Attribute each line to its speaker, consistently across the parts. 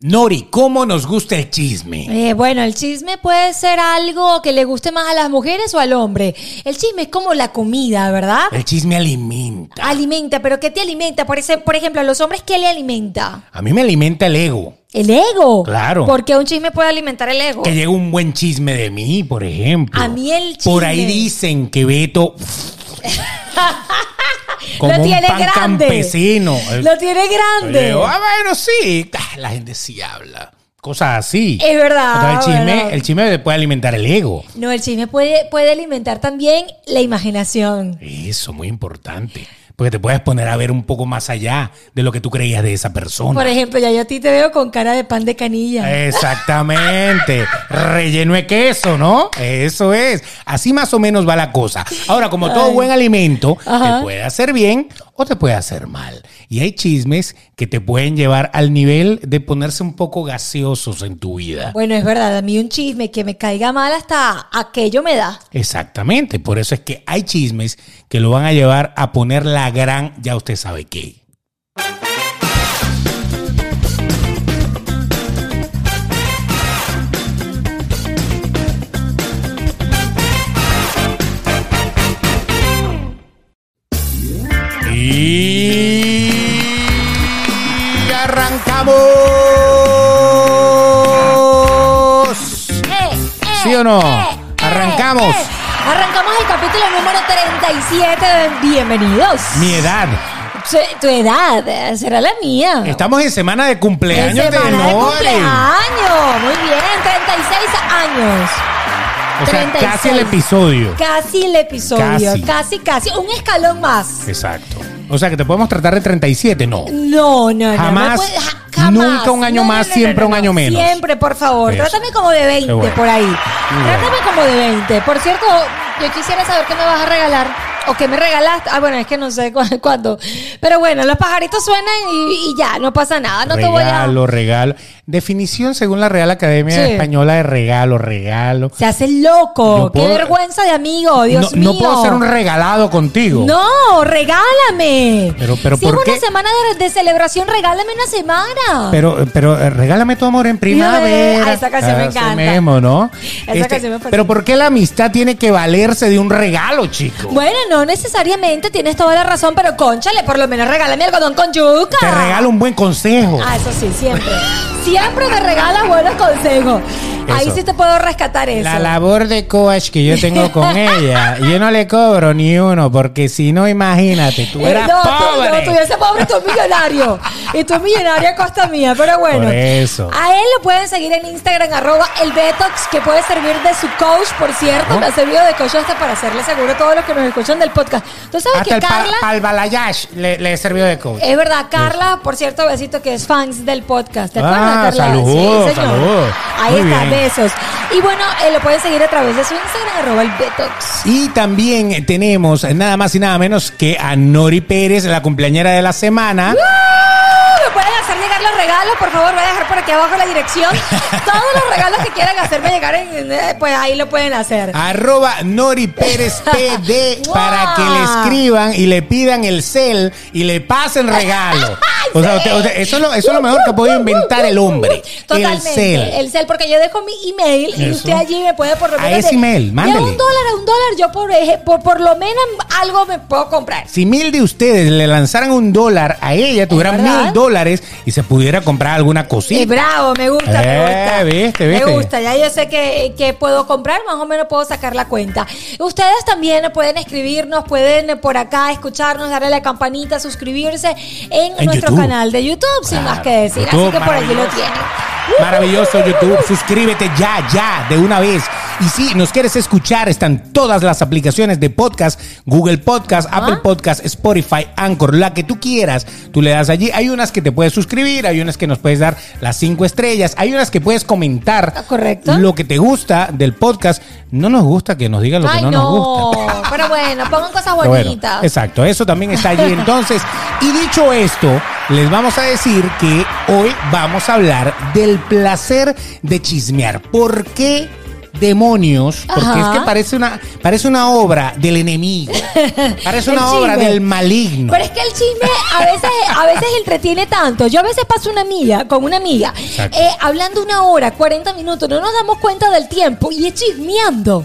Speaker 1: Nori, ¿cómo nos gusta el chisme?
Speaker 2: Eh, bueno, el chisme puede ser algo que le guste más a las mujeres o al hombre. El chisme es como la comida, ¿verdad?
Speaker 1: El chisme alimenta.
Speaker 2: Alimenta, pero ¿qué te alimenta? Por, ese, por ejemplo, a los hombres, ¿qué le alimenta?
Speaker 1: A mí me alimenta el ego.
Speaker 2: El ego.
Speaker 1: Claro.
Speaker 2: Porque un chisme puede alimentar el ego.
Speaker 1: Que llega un buen chisme de mí, por ejemplo.
Speaker 2: A mí el
Speaker 1: Por ahí
Speaker 2: chisme.
Speaker 1: dicen que Beto... como
Speaker 2: Lo
Speaker 1: un
Speaker 2: tiene
Speaker 1: pan
Speaker 2: grande.
Speaker 1: campesino.
Speaker 2: Lo tiene
Speaker 1: Yo digo,
Speaker 2: grande.
Speaker 1: ah, bueno, sí. Ah, La gente sí habla. Cosas así.
Speaker 2: Es verdad,
Speaker 1: O sea, el, chisme,
Speaker 2: bueno.
Speaker 1: el chisme te puede alimentar el ego.
Speaker 2: No, el chisme puede, puede alimentar también la imaginación.
Speaker 1: Eso, muy importante. Porque te puedes poner a ver un poco más allá de lo que tú creías de esa persona.
Speaker 2: Por ejemplo, ya yo a ti te veo con cara de pan de canilla.
Speaker 1: Eh. Exactamente. Relleno de queso, ¿no? Eso es. Así más o menos va la cosa. Ahora, como todo buen alimento,
Speaker 2: Ajá.
Speaker 1: te puede hacer bien o te puede hacer mal. Y hay chismes que te pueden llevar al nivel de ponerse un poco gaseosos en tu vida.
Speaker 2: Bueno, es verdad, a mí un chisme que me caiga mal hasta aquello me da.
Speaker 1: Exactamente. Por eso es que hay chismes que lo van a llevar a poner la gran, ya usted sabe qué. Y arrancamos. ¿Sí o no? Arrancamos.
Speaker 2: Arrancamos el capítulo número 37. de Bienvenidos.
Speaker 1: Mi edad.
Speaker 2: Su- tu edad eh, será la mía.
Speaker 1: Estamos en semana de
Speaker 2: En
Speaker 1: cumpleaños de
Speaker 2: semana de
Speaker 1: Nori.
Speaker 2: cumpleaños. Muy bien, 36 años.
Speaker 1: O sea,
Speaker 2: 36.
Speaker 1: casi el episodio.
Speaker 2: Casi el episodio.
Speaker 1: Casi.
Speaker 2: Casi, casi. Un escalón más.
Speaker 1: Exacto. O sea, que te podemos tratar de 37, no.
Speaker 2: No, no, no,
Speaker 1: Jamás,
Speaker 2: no. puede- ja- jamás.
Speaker 1: nunca un año más, siempre un año menos.
Speaker 2: Siempre, por favor.
Speaker 1: Eso.
Speaker 2: Trátame como de 20
Speaker 1: Qué bueno.
Speaker 2: por ahí.
Speaker 1: bueno.
Speaker 2: Trátame como de 20. Por cierto, yo quisiera saber qué me vas a regalar. O qué me regalaste. Ah, bueno, es que no sé cu- cuándo. Pero bueno, los pajaritos suenan y, y ya, no pasa nada. No te voy a.
Speaker 1: regalo, regalo. Definición según la Real Academia
Speaker 2: Sí.
Speaker 1: Española de regalo, regalo.
Speaker 2: Se hace loco.
Speaker 1: No puedo-
Speaker 2: Qué vergüenza de amigo, oh, Dios
Speaker 1: no, no
Speaker 2: mío.
Speaker 1: puedo ser un regalado contigo.
Speaker 2: No, regálame.
Speaker 1: Pero- pero
Speaker 2: si
Speaker 1: ¿por
Speaker 2: es
Speaker 1: qué?
Speaker 2: una semana de, de celebración, regálame una semana.
Speaker 1: Pero, pero eh, regálame tu amor en primavera.
Speaker 2: Ah, esa canción me
Speaker 1: Así
Speaker 2: encanta.
Speaker 1: mismo, ¿no? Este,
Speaker 2: Esa canción me fascina.
Speaker 1: pero ¿por qué la amistad tiene que valerse de un regalo, chico?
Speaker 2: bueno, no necesariamente tienes toda la razón, pero conchale, por lo menos regálame algodón con yuca.
Speaker 1: Te regalo un buen consejo.
Speaker 2: Ah, eso sí, siempre. siempre me regalas buenos consejos. Ahí
Speaker 1: Eso.
Speaker 2: sí te puedo rescatar eso.
Speaker 1: La labor de coach que yo tengo con ella, yo no le cobro ni uno, porque si no, imagínate, tú
Speaker 2: Eh,
Speaker 1: eras
Speaker 2: no, tú-
Speaker 1: pobre.
Speaker 2: no, tú ya eres pobre, tú eres millonario. y tú es millonario a costa mía, pero bueno.
Speaker 1: Por eso.
Speaker 2: A él lo pueden seguir en Instagram, arroba el Betox, que puede servir de su coach, por cierto.
Speaker 1: Ajá.
Speaker 2: Me ha servido de coach hasta para hacerle seguro a todos los que nos escuchan del podcast. Tú sabes
Speaker 1: Hasta
Speaker 2: que
Speaker 1: el pa-
Speaker 2: Carla...
Speaker 1: Palbalayash le, le sirvió de coach.
Speaker 2: Es verdad, Carla, por cierto, besito que es fans del podcast. ¿Te
Speaker 1: Ah,
Speaker 2: acuerdas, Carla?
Speaker 1: saludos, saludos.
Speaker 2: Ahí
Speaker 1: Muy
Speaker 2: está,
Speaker 1: bien.
Speaker 2: besos. Y bueno, eh, lo pueden seguir a través de su Instagram, arroba el Betox.
Speaker 1: Y también tenemos eh, nada más y nada menos que a Nori Pérez, la cumpleañera de la semana.
Speaker 2: me pueden hacer llegar los regalos, por favor, voy a dejar por aquí abajo la dirección. Todos los regalos que quieran hacerme llegar, en- eh, pues ahí lo pueden hacer.
Speaker 1: Arroba Nori Pérez PD para que le
Speaker 2: Wow.
Speaker 1: escriban y le pidan el cel y le pasen regalo.
Speaker 2: Ah,
Speaker 1: O sea, usted- usted- eso, es lo, eso es lo mejor que ha podido inventar el hombre. El
Speaker 2: Totalmente.
Speaker 1: cel.
Speaker 2: El cel, porque yo dejo mi email y
Speaker 1: Eso.
Speaker 2: usted allí me puede por lo
Speaker 1: A
Speaker 2: menos.
Speaker 1: ese
Speaker 2: de-
Speaker 1: email,
Speaker 2: de
Speaker 1: mándele.
Speaker 2: un dólar a un dólar, yo por, eje- por, por lo menos algo me puedo comprar.
Speaker 1: Si mil de ustedes le lanzaran un dólar a ella, tuvieran
Speaker 2: verdad.
Speaker 1: mil dólares y se pudiera comprar alguna
Speaker 2: Sí,
Speaker 1: cosita.
Speaker 2: bravo, me gusta, me
Speaker 1: Eh,
Speaker 2: gusta.
Speaker 1: viste, viste.
Speaker 2: Me gusta, ya yo sé que, que puedo comprar, más o menos puedo sacar la cuenta. Ustedes también pueden escribirnos, pueden eh, por acá escucharnos, darle a la campanita, suscribirse en,
Speaker 1: En
Speaker 2: nuestro
Speaker 1: YouTube.
Speaker 2: canal de YouTube, sin
Speaker 1: Claro,
Speaker 2: más que decir.
Speaker 1: YouTube,
Speaker 2: Así que por allí lo
Speaker 1: maravilloso.
Speaker 2: tienen.
Speaker 1: Maravilloso YouTube, suscríbete ya, ya, de una vez. Y si nos quieres escuchar, están todas las aplicaciones de podcast, Google Podcast, Apple Podcast, Spotify, Anchor, la que tú quieras. Tú le das allí. Hay unas que te puedes suscribir, hay unas que nos puedes dar las cinco estrellas, hay unas que puedes comentar.
Speaker 2: Ah, correcto.
Speaker 1: Lo que te gusta del podcast. No nos gusta que nos digan lo que
Speaker 2: Ay,
Speaker 1: no,
Speaker 2: no,
Speaker 1: nos gusta.
Speaker 2: pero bueno, pongan cosas
Speaker 1: Pero bueno,
Speaker 2: bonitas.
Speaker 1: exacto, eso también está allí. Entonces, y dicho esto, les vamos a decir que hoy vamos a hablar del placer de chismear. ¿Por qué demonios, porque
Speaker 2: Ajá.
Speaker 1: es que parece una, parece una obra del enemigo, parece
Speaker 2: El
Speaker 1: una obra
Speaker 2: chisme.
Speaker 1: del maligno.
Speaker 2: Pero es que el chisme a veces, a veces entretiene tanto. Yo a veces paso una amiga con una amiga
Speaker 1: Exacto.
Speaker 2: eh, hablando una hora, 40 minutos, no nos damos cuenta del tiempo y es chismeando.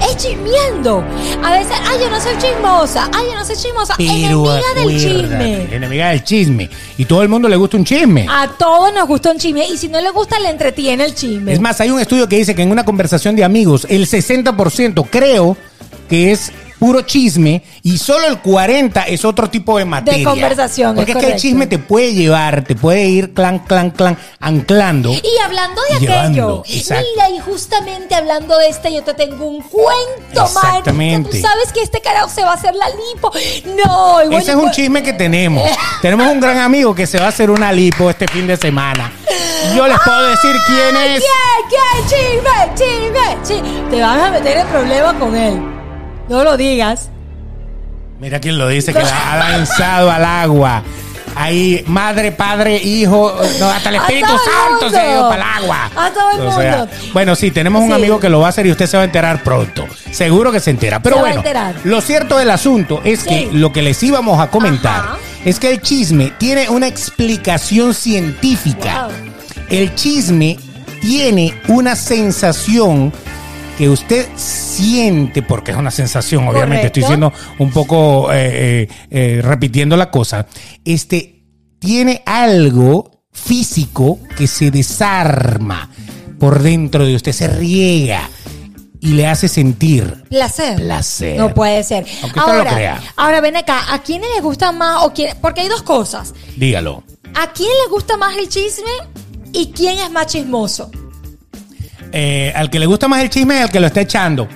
Speaker 2: Es chismeando. A veces, ay, yo no soy chismosa, ay, yo no soy chismosa. Enemiga del
Speaker 1: acuérdate,
Speaker 2: chisme.
Speaker 1: Enemiga del chisme. Y todo el mundo le gusta un chisme.
Speaker 2: A todos nos gusta un chisme y si no le gusta, le entretiene el chisme.
Speaker 1: Es más, hay un estudio que dice que en una conversación de amigos, el 60% creo que es puro chisme y solo el 40 es otro tipo de materia.
Speaker 2: conversación,
Speaker 1: Porque
Speaker 2: es
Speaker 1: es, que el
Speaker 2: correcto.
Speaker 1: chisme te puede llevar, te puede ir clan, clan, clan, anclando.
Speaker 2: Y hablando de
Speaker 1: Llevando,
Speaker 2: aquello,
Speaker 1: exacto.
Speaker 2: mira, y justamente hablando de este, yo te tengo un cuento,
Speaker 1: Exactamente.
Speaker 2: marica. Tú sabes que este carajo se va a hacer la lipo. No, y bueno,
Speaker 1: Ese es un
Speaker 2: pues-
Speaker 1: chisme que tenemos. tenemos un gran amigo que se va a hacer una lipo este fin de semana. Y Yo les puedo decir quién es.
Speaker 2: ¿Quién? ¿Quién? Chisme, chisme, chisme. Te vas a meter en problema con él. No lo digas.
Speaker 1: Mira quién lo dice, que la ha lanzado al agua. Ahí, madre, padre, hijo, no, hasta el
Speaker 2: A
Speaker 1: Espíritu
Speaker 2: todo el
Speaker 1: Santo se ha ido
Speaker 2: mundo.
Speaker 1: para el agua.
Speaker 2: A todo el
Speaker 1: O sea,
Speaker 2: mundo.
Speaker 1: bueno, sí, tenemos un
Speaker 2: Sí.
Speaker 1: amigo que lo va a hacer y usted se va a enterar pronto. Seguro que se entera. Pero
Speaker 2: Se va a
Speaker 1: bueno,
Speaker 2: enterar.
Speaker 1: lo cierto del asunto es que
Speaker 2: Sí.
Speaker 1: lo que les íbamos a comentar
Speaker 2: Ajá.
Speaker 1: es que el chisme tiene una explicación científica.
Speaker 2: Wow.
Speaker 1: El chisme tiene una sensación que usted siente, porque es una sensación, obviamente, estoy
Speaker 2: Correcto.
Speaker 1: diciendo un poco eh, eh, eh, repitiendo la cosa, este tiene algo físico que se desarma por dentro de usted, se riega y le hace sentir
Speaker 2: Placer.
Speaker 1: placer.
Speaker 2: No puede ser.
Speaker 1: Aunque usted lo crea.
Speaker 2: ahora ven acá, ¿a quiénes les gusta más o quién? Porque hay dos cosas.
Speaker 1: Dígalo.
Speaker 2: ¿A quién les gusta más el chisme y quién es más chismoso?
Speaker 1: Eh, al que le gusta más el chisme es el que lo está echando.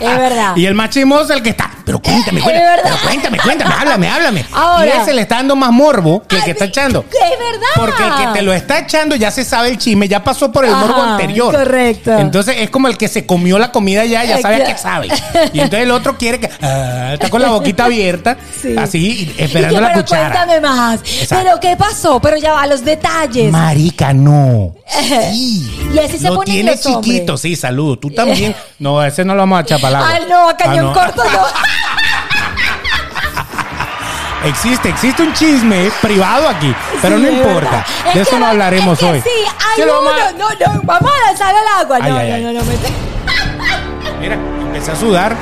Speaker 2: Es verdad.
Speaker 1: Y el más chismoso es el que está. Pero cuéntame, cuéntame.
Speaker 2: Ah. verdad.
Speaker 1: Pero cuéntame, cuéntame, háblame, háblame.
Speaker 2: Ahora.
Speaker 1: y ese le está dando más morbo que el
Speaker 2: Ay,
Speaker 1: que está echando.
Speaker 2: Es verdad.
Speaker 1: Porque el que te lo está echando ya se sabe el chisme, ya pasó por el
Speaker 2: Ajá,
Speaker 1: morbo anterior.
Speaker 2: correcto.
Speaker 1: Entonces es como el que se comió la comida ya, ya sabe
Speaker 2: Exacto.
Speaker 1: que sabe. Y entonces el otro quiere que. ah, está con la boquita abierta,
Speaker 2: Sí.
Speaker 1: así,
Speaker 2: Y que,
Speaker 1: esperando la
Speaker 2: pero
Speaker 1: cuchara.
Speaker 2: cuéntame pues. más.
Speaker 1: Exacto.
Speaker 2: Pero ¿qué pasó? Pero ya va, los detalles.
Speaker 1: Marica, no. Sí.
Speaker 2: Y así se
Speaker 1: lo
Speaker 2: ponen
Speaker 1: tiene
Speaker 2: los
Speaker 1: chiquito,
Speaker 2: hombres.
Speaker 1: sí, salud. Tú también. No, ese no lo vamos a echar para el agua.
Speaker 2: Ay, no, a
Speaker 1: Ah,
Speaker 2: cañón
Speaker 1: no.
Speaker 2: corto no.
Speaker 1: Existe, existe un chisme privado aquí, pero
Speaker 2: Sí,
Speaker 1: no
Speaker 2: es
Speaker 1: importa.
Speaker 2: verdad. Es
Speaker 1: de
Speaker 2: que
Speaker 1: eso no
Speaker 2: va-
Speaker 1: hablaremos
Speaker 2: es que
Speaker 1: hoy.
Speaker 2: Sí, hay
Speaker 1: Que lo vamos a-
Speaker 2: uno. No, no, vamos a lanzar al agua.
Speaker 1: Ay,
Speaker 2: no,
Speaker 1: ay, ay.
Speaker 2: no, no, no, me-
Speaker 1: Mira, empecé a sudar.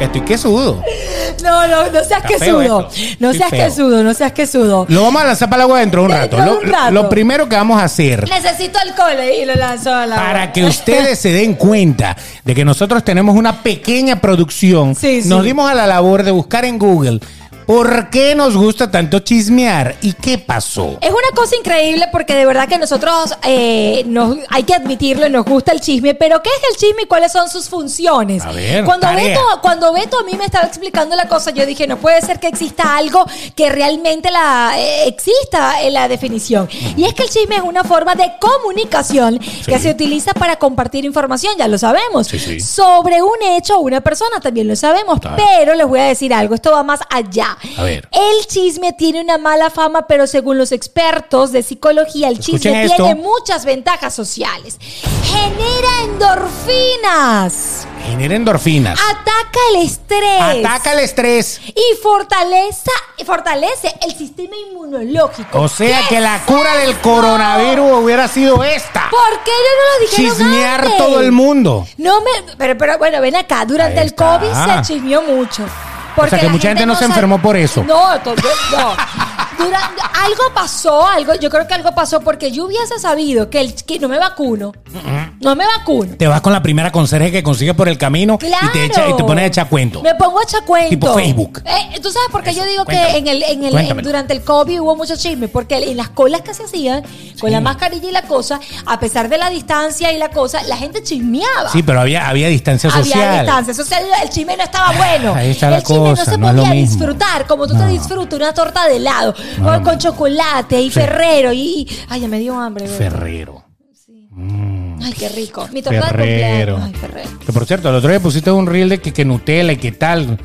Speaker 1: Estoy que sudo.
Speaker 2: no, no, no seas
Speaker 1: Está
Speaker 2: que
Speaker 1: feo
Speaker 2: sudo.
Speaker 1: esto.
Speaker 2: No
Speaker 1: Estoy
Speaker 2: seas
Speaker 1: feo.
Speaker 2: que sudo, no seas que sudo.
Speaker 1: Lo vamos a lanzar para el agua dentro de un rato.
Speaker 2: Dentro
Speaker 1: Lo,
Speaker 2: de un rato.
Speaker 1: lo primero que vamos a hacer
Speaker 2: Necesito alcohol eh, y lo lanzo al agua.
Speaker 1: para que ustedes se den cuenta de que nosotros tenemos una pequeña producción,
Speaker 2: Sí, sí.
Speaker 1: nos dimos a la labor de buscar en Google por qué nos gusta tanto chismear y qué pasó.
Speaker 2: Es una cosa increíble porque de verdad que nosotros eh, nos, hay que admitirlo, nos gusta el chisme, pero ¿qué es el chisme y cuáles son sus funciones?
Speaker 1: A ver,
Speaker 2: cuando,
Speaker 1: tarea.
Speaker 2: Beto, cuando Beto a mí me estaba explicando la cosa, yo dije, no puede ser que exista algo que realmente la, eh, exista en la definición. Y es que el chisme es una forma de comunicación que se utiliza para compartir información, ya lo sabemos,
Speaker 1: Sí, sí.
Speaker 2: sobre un hecho o una persona, también lo sabemos,
Speaker 1: Claro.
Speaker 2: pero les voy a decir algo, esto va más allá.
Speaker 1: A ver.
Speaker 2: El chisme tiene una mala fama, pero según los expertos de psicología, el
Speaker 1: Escuchen
Speaker 2: chisme
Speaker 1: esto.
Speaker 2: tiene muchas ventajas sociales. Genera endorfinas,
Speaker 1: Genera endorfinas.
Speaker 2: ataca el estrés
Speaker 1: Ataca el estrés.
Speaker 2: y fortaleza, fortalece el sistema inmunológico.
Speaker 1: O sea
Speaker 2: ¿Qué
Speaker 1: que la
Speaker 2: es
Speaker 1: cura del
Speaker 2: eso?
Speaker 1: coronavirus hubiera sido esta.
Speaker 2: ¿Por qué no nos lo Pues dijeron
Speaker 1: Chismear
Speaker 2: antes?
Speaker 1: todo el mundo.
Speaker 2: No me, pero, pero bueno, ven acá, durante
Speaker 1: Ahí
Speaker 2: el COVID
Speaker 1: está.
Speaker 2: se chismeó mucho.
Speaker 1: sea, que
Speaker 2: la
Speaker 1: mucha gente no se
Speaker 2: sal-
Speaker 1: enfermó por eso.
Speaker 2: No, to- yo- no. Dura- algo pasó, algo, yo creo que algo pasó porque yo hubiese sabido que, el, que no me vacuno. No me vacuno.
Speaker 1: Te vas con la primera conserje que consigues por el camino
Speaker 2: Claro.
Speaker 1: y te echa, y te pones a echar cuento.
Speaker 2: Me pongo a echar cuento.
Speaker 1: Tipo Facebook.
Speaker 2: Eh, Tú sabes por qué
Speaker 1: Eso,
Speaker 2: yo digo
Speaker 1: cuéntame.
Speaker 2: que en el, en el,
Speaker 1: Cuéntamelo.
Speaker 2: en- durante el COVID hubo mucho chisme. Porque en las colas que se hacían, con la mascarilla y la cosa, a pesar de la distancia y la cosa, la gente chismeaba.
Speaker 1: Sí, pero había, había distancia social.
Speaker 2: Había distancia social, el chisme no estaba bueno.
Speaker 1: Ahí está la
Speaker 2: el chisme
Speaker 1: cosa,
Speaker 2: no se
Speaker 1: no es lo
Speaker 2: podía
Speaker 1: mismo.
Speaker 2: disfrutar como tú
Speaker 1: No.
Speaker 2: te disfrutas una torta de helado
Speaker 1: No,
Speaker 2: con,
Speaker 1: no.
Speaker 2: con chocolate y ferrero y, y- Ay, ya me dio hambre. güey.
Speaker 1: Ferrero. Mm,
Speaker 2: Ay, qué rico. Mi torta de
Speaker 1: Ferrero.
Speaker 2: cumpleaños. Ay, ferrero.
Speaker 1: Que por cierto, el otro día pusiste un reel de que, que Nutella y que tal.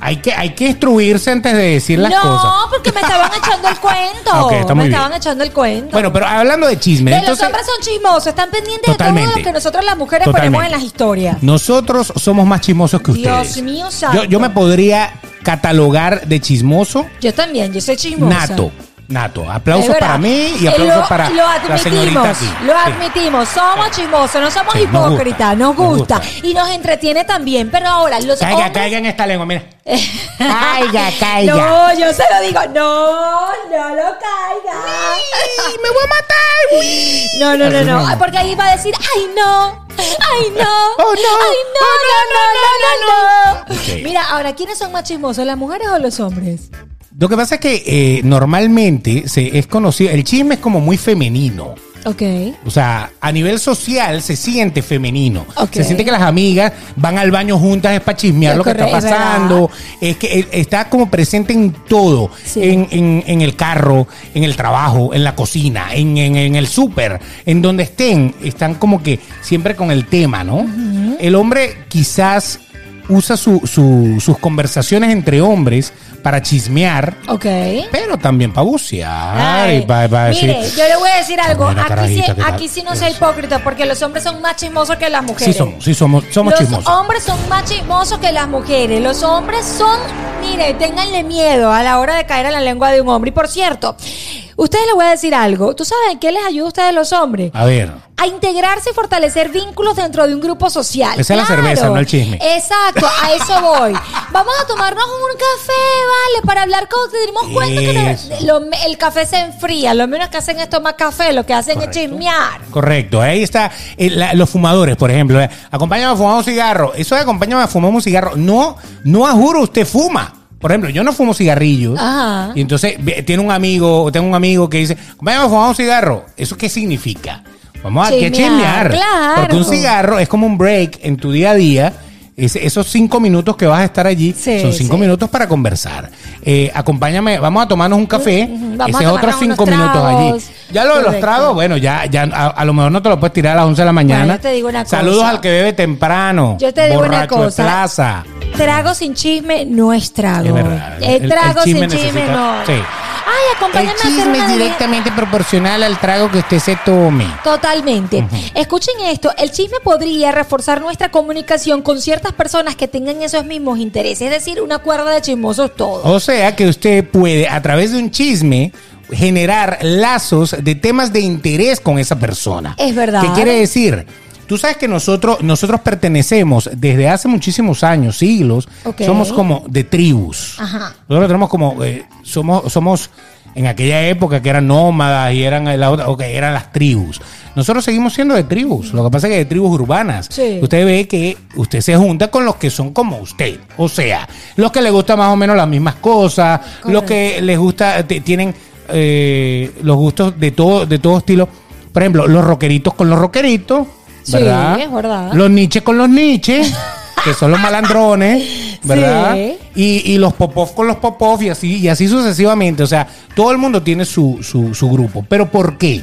Speaker 1: Hay que, hay que instruirse antes de decir las
Speaker 2: no,
Speaker 1: cosas.
Speaker 2: porque me estaban echando el cuento.
Speaker 1: Ok, está muy
Speaker 2: me
Speaker 1: bien.
Speaker 2: estaban echando el cuento.
Speaker 1: Bueno, pero hablando de chisme,
Speaker 2: Que
Speaker 1: entonces
Speaker 2: los hombres son chismosos, están pendientes de
Speaker 1: Totalmente.
Speaker 2: todo lo que nosotros las mujeres ponemos
Speaker 1: Totalmente.
Speaker 2: en las historias.
Speaker 1: nosotros somos más chismosos que
Speaker 2: Dios
Speaker 1: ustedes.
Speaker 2: mío
Speaker 1: yo,
Speaker 2: santo.
Speaker 1: yo me podría catalogar de chismoso
Speaker 2: Yo también, yo soy chismosa.
Speaker 1: nato. Nato.
Speaker 2: Es
Speaker 1: Aplausos
Speaker 2: verdad.
Speaker 1: para mí y
Speaker 2: Eh,
Speaker 1: aplausos
Speaker 2: lo-
Speaker 1: para
Speaker 2: lo
Speaker 1: la señorita aquí.
Speaker 2: admitimos, Lo
Speaker 1: Sí.
Speaker 2: admitimos, somos chismosos, no somos
Speaker 1: Sí, nos gusta,
Speaker 2: hipócritas, nos
Speaker 1: nos
Speaker 2: gusta,
Speaker 1: gusta.
Speaker 2: y nos entretiene también. Pero ahora, los
Speaker 1: Caiga,
Speaker 2: hombres...
Speaker 1: caiga en esta lengua, mira. Caiga, caiga.
Speaker 2: No, yo se lo digo, no, no lo caiga.
Speaker 1: me voy a matar!
Speaker 2: No, no, no,
Speaker 1: Así
Speaker 2: no.
Speaker 1: mismo.
Speaker 2: Ay, Porque ahí va a decir, ay no, ay no,
Speaker 1: Oh, no.
Speaker 2: ay no, no, no, no, no, no.
Speaker 1: Ok.
Speaker 2: Mira, ahora, ¿quiénes son más chismosos, las mujeres o los hombres?
Speaker 1: Lo que pasa es que eh, normalmente se es conocido, el chisme es como muy femenino.
Speaker 2: Ok.
Speaker 1: O sea, a nivel social se siente femenino.
Speaker 2: Ok.
Speaker 1: Se siente que las amigas van al baño juntas es para chismear
Speaker 2: Es
Speaker 1: lo que está
Speaker 2: correcto, es
Speaker 1: pasando. Es que eh, está como presente en todo.
Speaker 2: Sí.
Speaker 1: En, en- en el carro, en el trabajo, en la cocina, en, en- en el súper, en donde estén. Están como que siempre con el tema, ¿no? El hombre quizás usa su- su- sus conversaciones entre hombres para chismear.
Speaker 2: Ok.
Speaker 1: Pero también para bucear
Speaker 2: Ay,
Speaker 1: y para,
Speaker 2: mire, yo le voy a decir algo.
Speaker 1: Mira,
Speaker 2: Aquí sí,
Speaker 1: carajita, ¿qué tal?
Speaker 2: aquí sí no sea
Speaker 1: Eso.
Speaker 2: hipócrita, porque los hombres son más chismosos que las mujeres.
Speaker 1: Sí somos, sí somos, somos
Speaker 2: los
Speaker 1: chismosos.
Speaker 2: hombres son más chismosos que las mujeres. Los hombres son, mire, ténganle miedo a la hora de caer en la lengua de un hombre. Y por cierto, ustedes les voy a decir algo. ¿Tú sabes en qué les ayuda a ustedes los hombres?
Speaker 1: A ver,
Speaker 2: a integrarse y fortalecer vínculos dentro de un grupo social.
Speaker 1: Esa es la cerveza, no el chisme.
Speaker 2: Exacto, a eso voy. Vamos a tomarnos un café, vale, para hablar con tenemos cuenta que
Speaker 1: Eso.
Speaker 2: no- lo- el café se enfría. Lo menos que hacen es tomar café, lo que hacen
Speaker 1: Correcto.
Speaker 2: es chismear.
Speaker 1: correcto. Ahí está eh, la- los fumadores, por ejemplo. eh, Acompáñame a fumar un cigarro. Eso de acompáñame a fumar un cigarro. No, no a juro, usted fuma. Por ejemplo, yo no fumo cigarrillos.
Speaker 2: Ajá.
Speaker 1: Y entonces ve- tiene un amigo, o tengo un amigo que dice, acompáñame a fumar un cigarro. ¿Eso qué significa? Vamos a que chismear.
Speaker 2: Chismear, claro.
Speaker 1: Porque un cigarro es como un break en tu día a día. Es- esos cinco minutos que vas a estar allí
Speaker 2: Sí,
Speaker 1: son cinco
Speaker 2: sí.
Speaker 1: minutos para conversar. Eh, acompáñame, vamos a tomarnos un café.
Speaker 2: Ujú, vamos
Speaker 1: Ese
Speaker 2: a
Speaker 1: es otros
Speaker 2: tomarnos
Speaker 1: cinco
Speaker 2: unos
Speaker 1: minutos allí.
Speaker 2: tragos.
Speaker 1: Ya lo de los
Speaker 2: Correcto.
Speaker 1: tragos, bueno, ya, ya a, a lo mejor no te lo puedes tirar a las 11 de la mañana.
Speaker 2: Bueno, yo te digo una cosa.
Speaker 1: Saludos al que bebe temprano.
Speaker 2: Yo te digo una
Speaker 1: borracho de
Speaker 2: cosa.
Speaker 1: plaza.
Speaker 2: Trago sin chisme no es trago.
Speaker 1: Es verdad.
Speaker 2: Eh,
Speaker 1: El- el
Speaker 2: trago
Speaker 1: chisme
Speaker 2: sin chisme
Speaker 1: necesita-
Speaker 2: no.
Speaker 1: sí.
Speaker 2: Ay, acompáñame
Speaker 1: El
Speaker 2: a hacer
Speaker 1: chisme
Speaker 2: una
Speaker 1: es
Speaker 2: deli-
Speaker 1: directamente proporcional al trago que usted se tome.
Speaker 2: Totalmente. Escuchen esto, el chisme podría reforzar nuestra comunicación con ciertas personas que tengan esos mismos intereses, es decir, una cuerda de chismosos todos.
Speaker 1: O sea que usted puede, a través de un chisme, generar lazos de temas de interés con esa persona.
Speaker 2: Es verdad.
Speaker 1: ¿Qué quiere decir? Tú sabes que nosotros, nosotros pertenecemos desde hace muchísimos años, siglos,
Speaker 2: Ok.
Speaker 1: somos como de tribus.
Speaker 2: Ajá.
Speaker 1: Nosotros tenemos como, eh, somos, somos en aquella época que eran nómadas y eran, la otra, ok, eran las tribus. Nosotros seguimos siendo de tribus, lo que pasa es que de tribus urbanas.
Speaker 2: Sí.
Speaker 1: Usted ve que usted se junta con los que son como usted, o sea, los que les gusta más o menos las mismas cosas, los que les gusta, te- tienen eh, los gustos de todo, de todo estilo. Por ejemplo, los rockeritos con los rockeritos,
Speaker 2: Sí,
Speaker 1: ¿verdad?
Speaker 2: es verdad.
Speaker 1: Los niches con los niches, que son los malandrones, ¿verdad?
Speaker 2: Sí.
Speaker 1: y, y los popov con los popov y así, y así sucesivamente. O sea, todo el mundo tiene su, su, su grupo. ¿Pero por qué?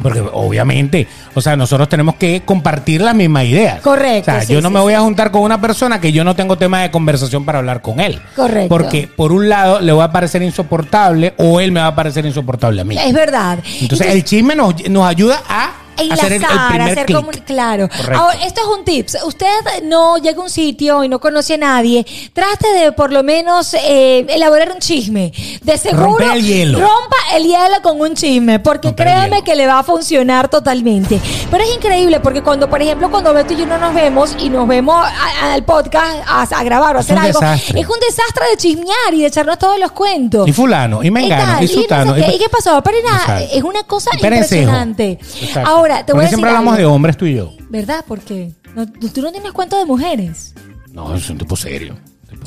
Speaker 1: Porque obviamente, o sea, nosotros tenemos que compartir las mismas ideas.
Speaker 2: Correcto,
Speaker 1: O sea,
Speaker 2: sí,
Speaker 1: yo no
Speaker 2: sí,
Speaker 1: me voy
Speaker 2: sí.
Speaker 1: a juntar con una persona que yo no tengo tema de conversación para hablar con él.
Speaker 2: Correcto.
Speaker 1: Porque, por un lado, le voy a parecer insoportable o él me va a parecer insoportable a mí.
Speaker 2: Es verdad.
Speaker 1: Entonces, el chisme nos, nos ayuda a hacer el, el
Speaker 2: enlazar,
Speaker 1: primer
Speaker 2: hacer
Speaker 1: clic.
Speaker 2: como claro.
Speaker 1: Correcto.
Speaker 2: Ahora, esto es un tips. Usted no llega a un sitio y no conoce a nadie, trate de por lo menos eh, elaborar un chisme. De seguro
Speaker 1: Romper el hielo.
Speaker 2: rompa el hielo con un chisme, porque
Speaker 1: Romper el
Speaker 2: créame
Speaker 1: hielo.
Speaker 2: que le va a funcionar totalmente. Pero es increíble porque cuando, por ejemplo, cuando Beto y yo no nos vemos y nos vemos a- a- al podcast a, a grabar o a
Speaker 1: Es
Speaker 2: hacer
Speaker 1: un
Speaker 2: algo,
Speaker 1: desastre.
Speaker 2: es un desastre de chismear y de echarnos todos los cuentos.
Speaker 1: Y fulano, y mengano,
Speaker 2: tal,
Speaker 1: y
Speaker 2: no sé
Speaker 1: sutano.
Speaker 2: qué, ¿Y qué pasó? Pero era-
Speaker 1: Exacto.
Speaker 2: es una cosa
Speaker 1: Espérense, hijo.
Speaker 2: impresionante.
Speaker 1: Exacto.
Speaker 2: Ahora,
Speaker 1: Porque
Speaker 2: te voy a decir
Speaker 1: siempre hablamos de
Speaker 2: algo.
Speaker 1: hombres tú y yo.
Speaker 2: ¿Verdad? Porque no, tú tú no tienes cuento de mujeres.
Speaker 1: No, es un tipo serio.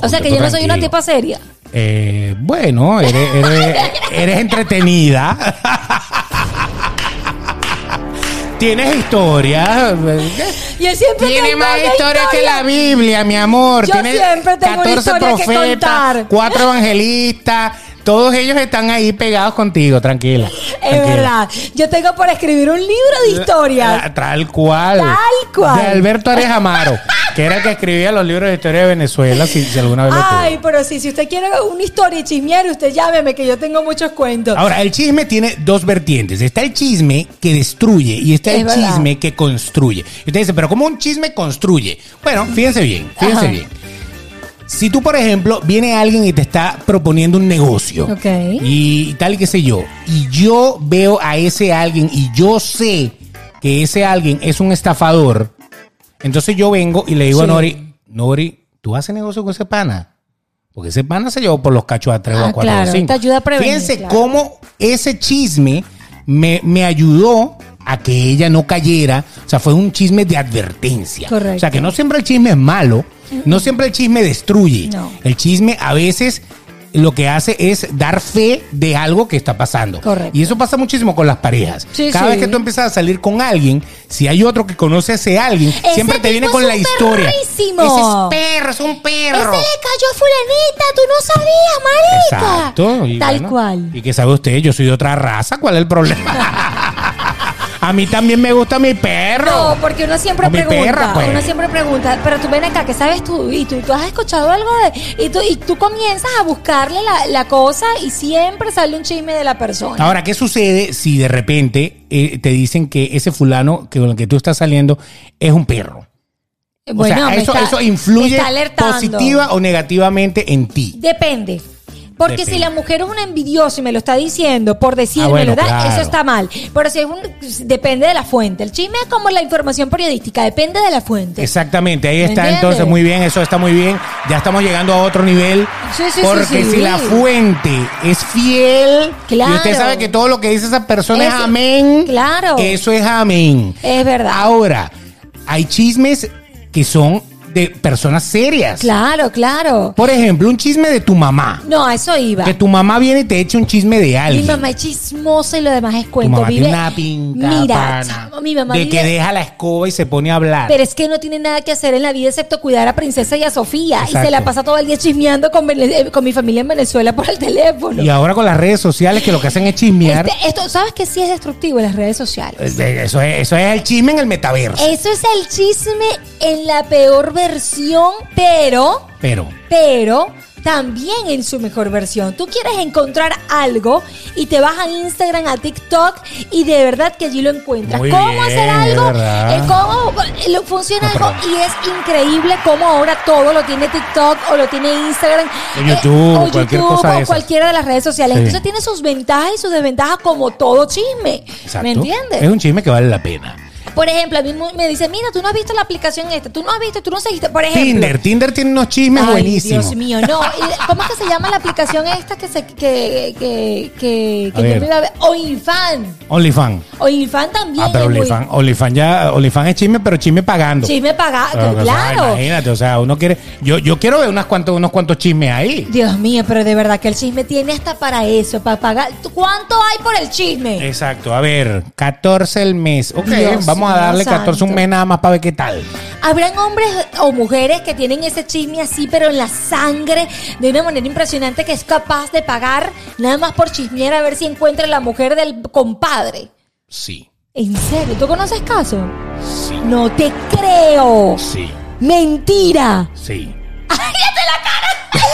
Speaker 2: O sea que yo no soy una tipa seria.
Speaker 1: Eh, bueno, eres, eres, eres entretenida. Tienes historia.
Speaker 2: Yo siempre
Speaker 1: Tienes
Speaker 2: tengo
Speaker 1: más
Speaker 2: una
Speaker 1: historia que la Biblia, mi amor.
Speaker 2: Yo
Speaker 1: Tienes
Speaker 2: siempre tengo una historia que contar.
Speaker 1: 4 evangelistas. Todos ellos están ahí pegados contigo, tranquila.
Speaker 2: Es verdad. Yo tengo por escribir un libro de historias.
Speaker 1: Ah, Tal cual.
Speaker 2: Tal cual.
Speaker 1: De Alberto Ares Amaro. que era el que escribía los libros de historia de Venezuela, si, si alguna vez lo tuvo.
Speaker 2: Ay, pero sí, si usted quiere una historia y chismear, usted llámeme, que yo tengo muchos cuentos.
Speaker 1: Ahora, el chisme tiene dos vertientes. Está el chisme que destruye y está
Speaker 2: Es
Speaker 1: el
Speaker 2: verdad.
Speaker 1: chisme que construye. Y usted dice, pero ¿cómo un chisme construye? Bueno, fíjense bien, fíjense
Speaker 2: Ajá.
Speaker 1: bien. Si tú, por ejemplo, viene alguien y te está proponiendo un negocio
Speaker 2: Ok.
Speaker 1: y tal qué sé yo, y yo veo a ese alguien y yo sé que ese alguien es un estafador, entonces yo vengo y le digo a
Speaker 2: Sí.
Speaker 1: Nori, Nori, ¿tú haces negocio con ese pana? Porque ese pana se llevó por los cachos a tres o a
Speaker 2: Ah,
Speaker 1: cuatro o a
Speaker 2: claro,
Speaker 1: cinco.
Speaker 2: te ayuda a prevenir,
Speaker 1: Fíjense
Speaker 2: claro.
Speaker 1: cómo ese chisme me, me ayudó a que ella no cayera. O sea, fue un chisme de advertencia.
Speaker 2: Correcto.
Speaker 1: O sea, que no siempre el chisme es malo, no siempre el chisme destruye.
Speaker 2: No.
Speaker 1: El chisme a veces lo que hace es dar fe de algo que está pasando.
Speaker 2: Correcto.
Speaker 1: Y eso pasa muchísimo con las parejas.
Speaker 2: Sí,
Speaker 1: Cada
Speaker 2: sí.
Speaker 1: vez que tú empiezas a salir con alguien, si hay otro que conoce a ese alguien,
Speaker 2: Ese
Speaker 1: siempre te
Speaker 2: tipo
Speaker 1: viene
Speaker 2: es
Speaker 1: con
Speaker 2: un
Speaker 1: la historia.
Speaker 2: perrísimo.
Speaker 1: Ese es perro, es un
Speaker 2: Ese le
Speaker 1: perro.
Speaker 2: cayó a fulanita, tú no sabías, marica.
Speaker 1: Exacto. y
Speaker 2: Tal
Speaker 1: bueno,
Speaker 2: cual.
Speaker 1: Y que sabe usted, yo soy de otra raza, ¿cuál es el problema? a mí también me gusta mi perro.
Speaker 2: No, porque uno siempre
Speaker 1: O mi
Speaker 2: pregunta,
Speaker 1: perra, pues.
Speaker 2: uno siempre pregunta, pero tú ven acá, ¿qué sabes tú? Y tú, tú has escuchado algo de, y tú, y tú comienzas a buscarle la, la cosa y siempre sale un chisme de la persona.
Speaker 1: Ahora, ¿qué sucede si de repente eh, te dicen que ese fulano que con el que tú estás saliendo es un perro? O sea,
Speaker 2: me
Speaker 1: eso,
Speaker 2: está-
Speaker 1: eso
Speaker 2: me
Speaker 1: influye
Speaker 2: está alertando.
Speaker 1: positiva o negativamente en ti.
Speaker 2: Depende. Porque
Speaker 1: Depende. Ah,
Speaker 2: si la mujer es una envidiosa y me lo está diciendo por decírmelo,
Speaker 1: bueno,
Speaker 2: ¿verdad?
Speaker 1: claro.
Speaker 2: eso está mal. Pero si es un, depende de la fuente. El chisme es como la información periodística, depende de la fuente.
Speaker 1: Exactamente, ahí
Speaker 2: Este, ¿Me
Speaker 1: está
Speaker 2: entiendes?
Speaker 1: entonces muy bien, eso está muy bien. Ya estamos llegando a otro nivel.
Speaker 2: Sí, sí, sí,
Speaker 1: porque
Speaker 2: sí.
Speaker 1: si la fuente es fiel
Speaker 2: Claro.
Speaker 1: y usted sabe que todo lo que dice esa persona es,
Speaker 2: Eso-
Speaker 1: amén.
Speaker 2: claro.
Speaker 1: Eso es amén.
Speaker 2: Es verdad.
Speaker 1: Ah, Ahora, hay chismes que son de personas serias.
Speaker 2: Claro, claro.
Speaker 1: Por ejemplo, un chisme de tu mamá.
Speaker 2: No, a eso iba.
Speaker 1: Que tu mamá viene y te echa un chisme de alguien.
Speaker 2: Mi mamá es chismosa y lo demás es
Speaker 1: tu
Speaker 2: cuento.
Speaker 1: mamá
Speaker 2: Vive-
Speaker 1: tiene una pinta
Speaker 2: Mira,
Speaker 1: pana,
Speaker 2: chamo, mi mamá
Speaker 1: de
Speaker 2: vive-
Speaker 1: que deja la escoba y se pone a hablar.
Speaker 2: Pero es que no tiene nada que hacer en la vida excepto cuidar a Princesa y a Sofía. Y
Speaker 1: Exacto.
Speaker 2: se la pasa todo el día chismeando con, Vene- eh, con mi familia en Venezuela por el teléfono.
Speaker 1: y ahora con las redes sociales que lo que hacen es chismear.
Speaker 2: Este- esto, ¿Sabes que sí es destructivo en las redes sociales?
Speaker 1: Eh, Eso es, eso es el chisme en el metaverso.
Speaker 2: Eso es el chisme en la peor versión, pero,
Speaker 1: Pero
Speaker 2: pero también en su mejor versión. Tú quieres encontrar algo y te vas a Instagram, a TikTok y de verdad que allí lo encuentras.
Speaker 1: Muy
Speaker 2: ¿Cómo
Speaker 1: bien,
Speaker 2: hacer algo?
Speaker 1: es verdad.
Speaker 2: Eh, ¿Cómo eh, lo- funciona
Speaker 1: No,
Speaker 2: algo?
Speaker 1: perdón.
Speaker 2: Y es increíble cómo ahora todo lo tiene TikTok o lo tiene Instagram. eh,
Speaker 1: O YouTube,
Speaker 2: o
Speaker 1: cualquier cosa de
Speaker 2: o
Speaker 1: esas.
Speaker 2: cualquiera de las redes sociales.
Speaker 1: Sí.
Speaker 2: Entonces tiene sus ventajas y sus desventajas como todo chisme.
Speaker 1: exacto,
Speaker 2: ¿Me entiendes?
Speaker 1: es un chisme que vale la pena.
Speaker 2: Por ejemplo, a mí mu- me dicen, mira, tú no has visto la aplicación esta, tú no has visto, tú no seguiste, por ejemplo.
Speaker 1: Tinder, Tinder tiene unos chismes
Speaker 2: Ay,
Speaker 1: buenísimos.
Speaker 2: Dios mío, no. ¿Y ¿Cómo es que se llama la aplicación esta que se, que, que, que,
Speaker 1: A
Speaker 2: que yo
Speaker 1: ver.
Speaker 2: me iba a ver? OnlyFan.
Speaker 1: OnlyFans.
Speaker 2: OnlyFan también.
Speaker 1: Ah, pero
Speaker 2: es muy-
Speaker 1: OnlyFans OnlyFans ya, OnlyFans es chisme, pero chisme pagando.
Speaker 2: Chisme pagado,
Speaker 1: Pero, Ah, o sea,
Speaker 2: claro.
Speaker 1: imagínate, o sea, uno quiere. Yo, yo quiero ver unas cuantos, unos cuantos chismes ahí.
Speaker 2: Dios mío, pero de verdad que el chisme tiene hasta para eso, para pagar. ¿Tú- ¿Cuánto hay por el
Speaker 1: Eh.
Speaker 2: chisme?
Speaker 1: Exacto, a ver, 14 el mes. Ok,
Speaker 2: Dios
Speaker 1: vamos a
Speaker 2: mío
Speaker 1: darle 14
Speaker 2: santo.
Speaker 1: un mes nada más para ver qué tal.
Speaker 2: Habrán hombres o mujeres que tienen ese chisme así, pero en la sangre, de una manera impresionante, que es capaz de pagar nada más por chismear a ver si encuentra la mujer del compadre.
Speaker 1: Sí,
Speaker 2: ¿En serio? ¿Tú conoces caso?
Speaker 1: sí,
Speaker 2: No te creo.
Speaker 1: sí,
Speaker 2: Mentira.
Speaker 1: sí.
Speaker 2: ¡Cállate la cara!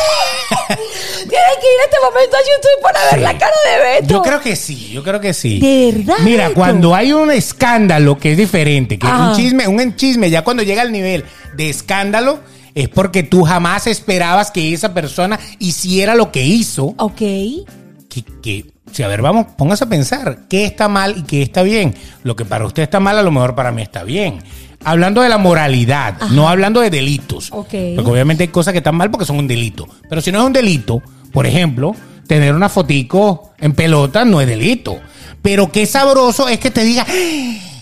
Speaker 2: Tienes que ir en este momento a YouTube para ver
Speaker 1: Sí.
Speaker 2: la cara de Beto.
Speaker 1: Yo creo que sí, yo creo que sí.
Speaker 2: ¿De verdad,
Speaker 1: Mira,
Speaker 2: Beto?
Speaker 1: cuando hay un escándalo que es diferente, que
Speaker 2: Ajá.
Speaker 1: un chisme, un chisme, ya cuando llega al nivel de escándalo, es porque tú jamás esperabas que esa persona hiciera lo que hizo.
Speaker 2: Ok.
Speaker 1: Que, que- si, a ver, vamos, póngase a pensar, ¿qué está mal y qué está bien? Lo que para usted está mal, a lo mejor para mí está bien. Hablando de la moralidad, no hablando de delitos.
Speaker 2: Ok.
Speaker 1: Porque obviamente hay cosas que están mal porque son un delito. Pero si no es un delito, por ejemplo, tener una fotico en pelota no es delito. Pero qué sabroso es que te diga,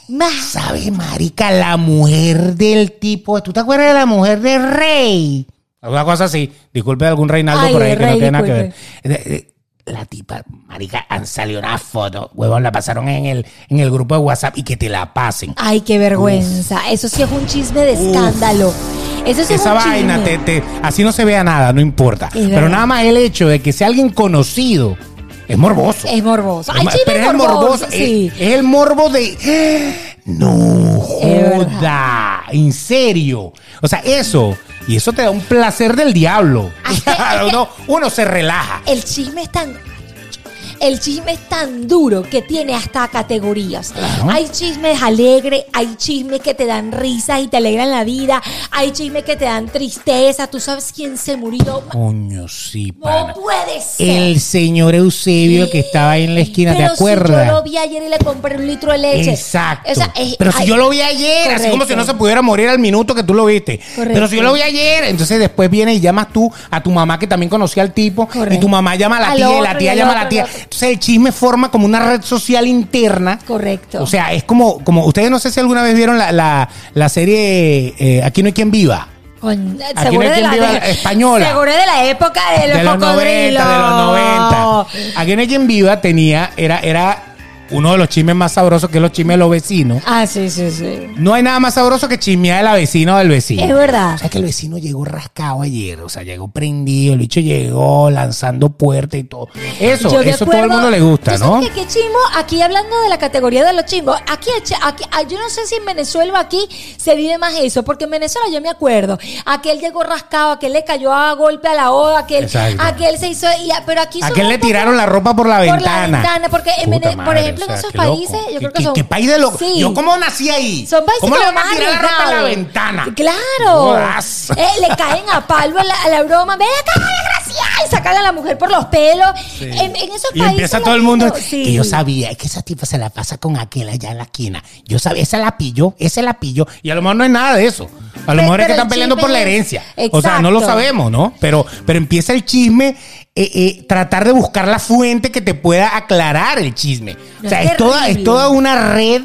Speaker 2: Más.
Speaker 1: ¿sabes, marica? La mujer del tipo, ¿tú te acuerdas de la mujer del rey? Alguna cosa así. Disculpe algún reinaldo
Speaker 2: Ay,
Speaker 1: por ahí
Speaker 2: el
Speaker 1: que no
Speaker 2: rey,
Speaker 1: tiene nada que ver.
Speaker 2: disculpe.
Speaker 1: Eh, eh, La tipa, marica, han salido unas fotos, huevón, la pasaron en el, en el grupo de WhatsApp y que te la pasen.
Speaker 2: Ay, qué vergüenza. Eso sí es un chisme de
Speaker 1: Uf.
Speaker 2: escándalo. Eso sí es
Speaker 1: Esa
Speaker 2: un chisme.
Speaker 1: vaina, te, te- así no se vea nada, no importa. Pero
Speaker 2: verdad.
Speaker 1: nada más el hecho de que sea alguien conocido es morboso.
Speaker 2: Es morboso.
Speaker 1: Es eh,
Speaker 2: Ay,
Speaker 1: ma-
Speaker 2: chisme
Speaker 1: pero es el
Speaker 2: morboso.
Speaker 1: morboso, es-
Speaker 2: sí.
Speaker 1: es, el morbo de ¡Ah! No joda, en serio. O sea, eso, y eso te da un placer del diablo.
Speaker 2: Ay, es que-
Speaker 1: uno, uno se relaja.
Speaker 2: El chisme es tan. El chisme es tan duro que tiene hasta categorías.
Speaker 1: Claro.
Speaker 2: Hay chismes alegres, hay chismes que te dan risas y te alegran la vida, hay chismes que te dan tristeza. ¿Tú sabes quién se murió?
Speaker 1: Coño, sí,
Speaker 2: No
Speaker 1: pana.
Speaker 2: puede ser.
Speaker 1: El señor Eusebio que estaba ahí en la esquina, ¿te
Speaker 2: Pero
Speaker 1: acuerdas?
Speaker 2: Si yo lo vi ayer y le compré un litro de leche.
Speaker 1: Exacto.
Speaker 2: O sea, es-
Speaker 1: pero si
Speaker 2: ay,
Speaker 1: yo lo vi ayer, así como
Speaker 2: correcto.
Speaker 1: si no se pudiera morir al minuto que tú lo viste.
Speaker 2: Correcto.
Speaker 1: Pero si yo lo vi ayer, entonces después vienes y llamas tú a tu mamá que también conocía al tipo y
Speaker 2: Correcto.
Speaker 1: tu mamá llama a la
Speaker 2: Al
Speaker 1: tía y la
Speaker 2: otro,
Speaker 1: tía
Speaker 2: y al
Speaker 1: llama a
Speaker 2: otro,
Speaker 1: la tía.
Speaker 2: al otro.
Speaker 1: Entonces el chisme forma como una red social interna.
Speaker 2: Correcto.
Speaker 1: O sea, es como, como ustedes no sé si alguna vez vieron la, la, la serie eh, Aquí no hay quien viva.
Speaker 2: Con-
Speaker 1: no
Speaker 2: seguro
Speaker 1: hay
Speaker 2: de
Speaker 1: quien
Speaker 2: la,
Speaker 1: viva la- española.
Speaker 2: Seguro de la época de los,
Speaker 1: de los 90, de
Speaker 2: cocodrilos.
Speaker 1: los 90. Aquí no hay quien viva tenía, era, era uno de los chismes más sabrosos que es los chismes de los vecinos.
Speaker 2: Ah, sí, sí, sí.
Speaker 1: No hay nada más sabroso que chismear de la vecina o del vecino.
Speaker 2: Es verdad.
Speaker 1: O sea, que el vecino llegó rascado ayer. O sea, llegó prendido. El bicho llegó lanzando puertas y todo. Eso,
Speaker 2: Yo me
Speaker 1: eso todo el
Speaker 2: acuerdo-
Speaker 1: mundo le gusta,
Speaker 2: ¿Tú
Speaker 1: ¿no?
Speaker 2: sabes que qué chimbo? Aquí hablando de la categoría de los chimbos, aquí, el chi- aquí- ah, yo no sé si en Venezuela o aquí se vive más eso, porque en Venezuela yo me acuerdo, aquel llegó rascado, aquel le cayó a golpe a la O, aquel,
Speaker 1: Exacto.
Speaker 2: aquel se hizo, y- pero aquí somos
Speaker 1: Aquel le
Speaker 2: un poco-
Speaker 1: tiraron la ropa por la
Speaker 2: por la
Speaker 1: ventana.
Speaker 2: ventana, porque en
Speaker 1: Puta
Speaker 2: Vene- por ejemplo, en esos
Speaker 1: qué
Speaker 2: países,
Speaker 1: loco.
Speaker 2: yo creo
Speaker 1: ¿Qué-
Speaker 2: que
Speaker 1: qué-
Speaker 2: son-
Speaker 1: ¿Qué país de loco?
Speaker 2: Sí.
Speaker 1: Yo, ¿cómo nací ahí?
Speaker 2: Son países
Speaker 1: ¿Cómo le
Speaker 2: como
Speaker 1: van a
Speaker 2: más
Speaker 1: tirar la ropa a la
Speaker 2: arriesgados.
Speaker 1: ventana?
Speaker 2: Claro.
Speaker 1: Jodas.
Speaker 2: Eh, le caen a palo a la, a la broma. Ven acá, desgraciada. Y sacan a la mujer por los pelos. En, en esos
Speaker 1: Y
Speaker 2: países.
Speaker 1: empieza todo el mundo.
Speaker 2: latinos, sí.
Speaker 1: Que yo sabía, es que esa tipa se la pasa con aquel allá en la esquina. Yo sabía, esa la pilló, esa la pilló. Y a lo mejor no es nada de eso. A lo
Speaker 2: Pe-
Speaker 1: mejor es que
Speaker 2: pero
Speaker 1: están
Speaker 2: el
Speaker 1: peleando
Speaker 2: chisme
Speaker 1: por la
Speaker 2: es-
Speaker 1: herencia. O sea, no lo
Speaker 2: Exacto.
Speaker 1: sabemos, ¿no? Pero, pero empieza el chisme, eh, eh, tratar de buscar la fuente que te pueda aclarar el chisme. O
Speaker 2: No,
Speaker 1: sea,
Speaker 2: es
Speaker 1: es toda, es
Speaker 2: terrible.
Speaker 1: toda una red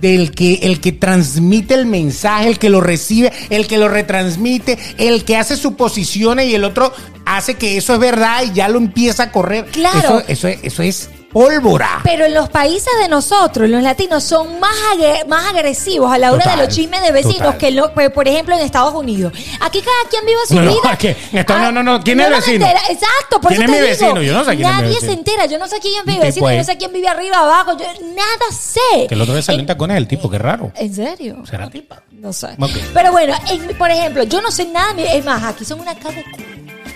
Speaker 1: del que el que transmite el mensaje, el que lo recibe, el que lo retransmite, el que hace suposiciones y el otro hace que eso es verdad y ya lo empieza a correr.
Speaker 2: Claro.
Speaker 1: Eso, eso, es- eso es pólvora.
Speaker 2: Pero en los países de nosotros, los latinos son más, agre- más agresivos a la hora
Speaker 1: Total,
Speaker 2: de los chismes de vecinos
Speaker 1: total.
Speaker 2: que, lo- que, por ejemplo, en Estados Unidos. Aquí cada quien vive su
Speaker 1: No, no,
Speaker 2: vida. Ah,
Speaker 1: aquí- en Estados Unidos, no, no, ¿quién es el
Speaker 2: uno se
Speaker 1: vecino?
Speaker 2: entera. Exacto, por
Speaker 1: ¿Quién
Speaker 2: eso
Speaker 1: es
Speaker 2: te
Speaker 1: mi
Speaker 2: digo,
Speaker 1: vecino? Yo no sé quién es mi
Speaker 2: Nadie
Speaker 1: vecino.
Speaker 2: se entera. Yo no sé quién
Speaker 1: Un
Speaker 2: vive
Speaker 1: tipo
Speaker 2: vecino, yo
Speaker 1: ahí.
Speaker 2: no sé quién vive arriba, abajo. Yo nada sé.
Speaker 1: Que el otro día
Speaker 2: Eh,
Speaker 1: salió en tacones el tipo, qué raro.
Speaker 2: ¿En serio?
Speaker 1: Será tipa.
Speaker 2: No sé.
Speaker 1: Ok.
Speaker 2: Pero bueno, en- por ejemplo, yo no sé nada. mi- Es más, aquí son una cara de culo.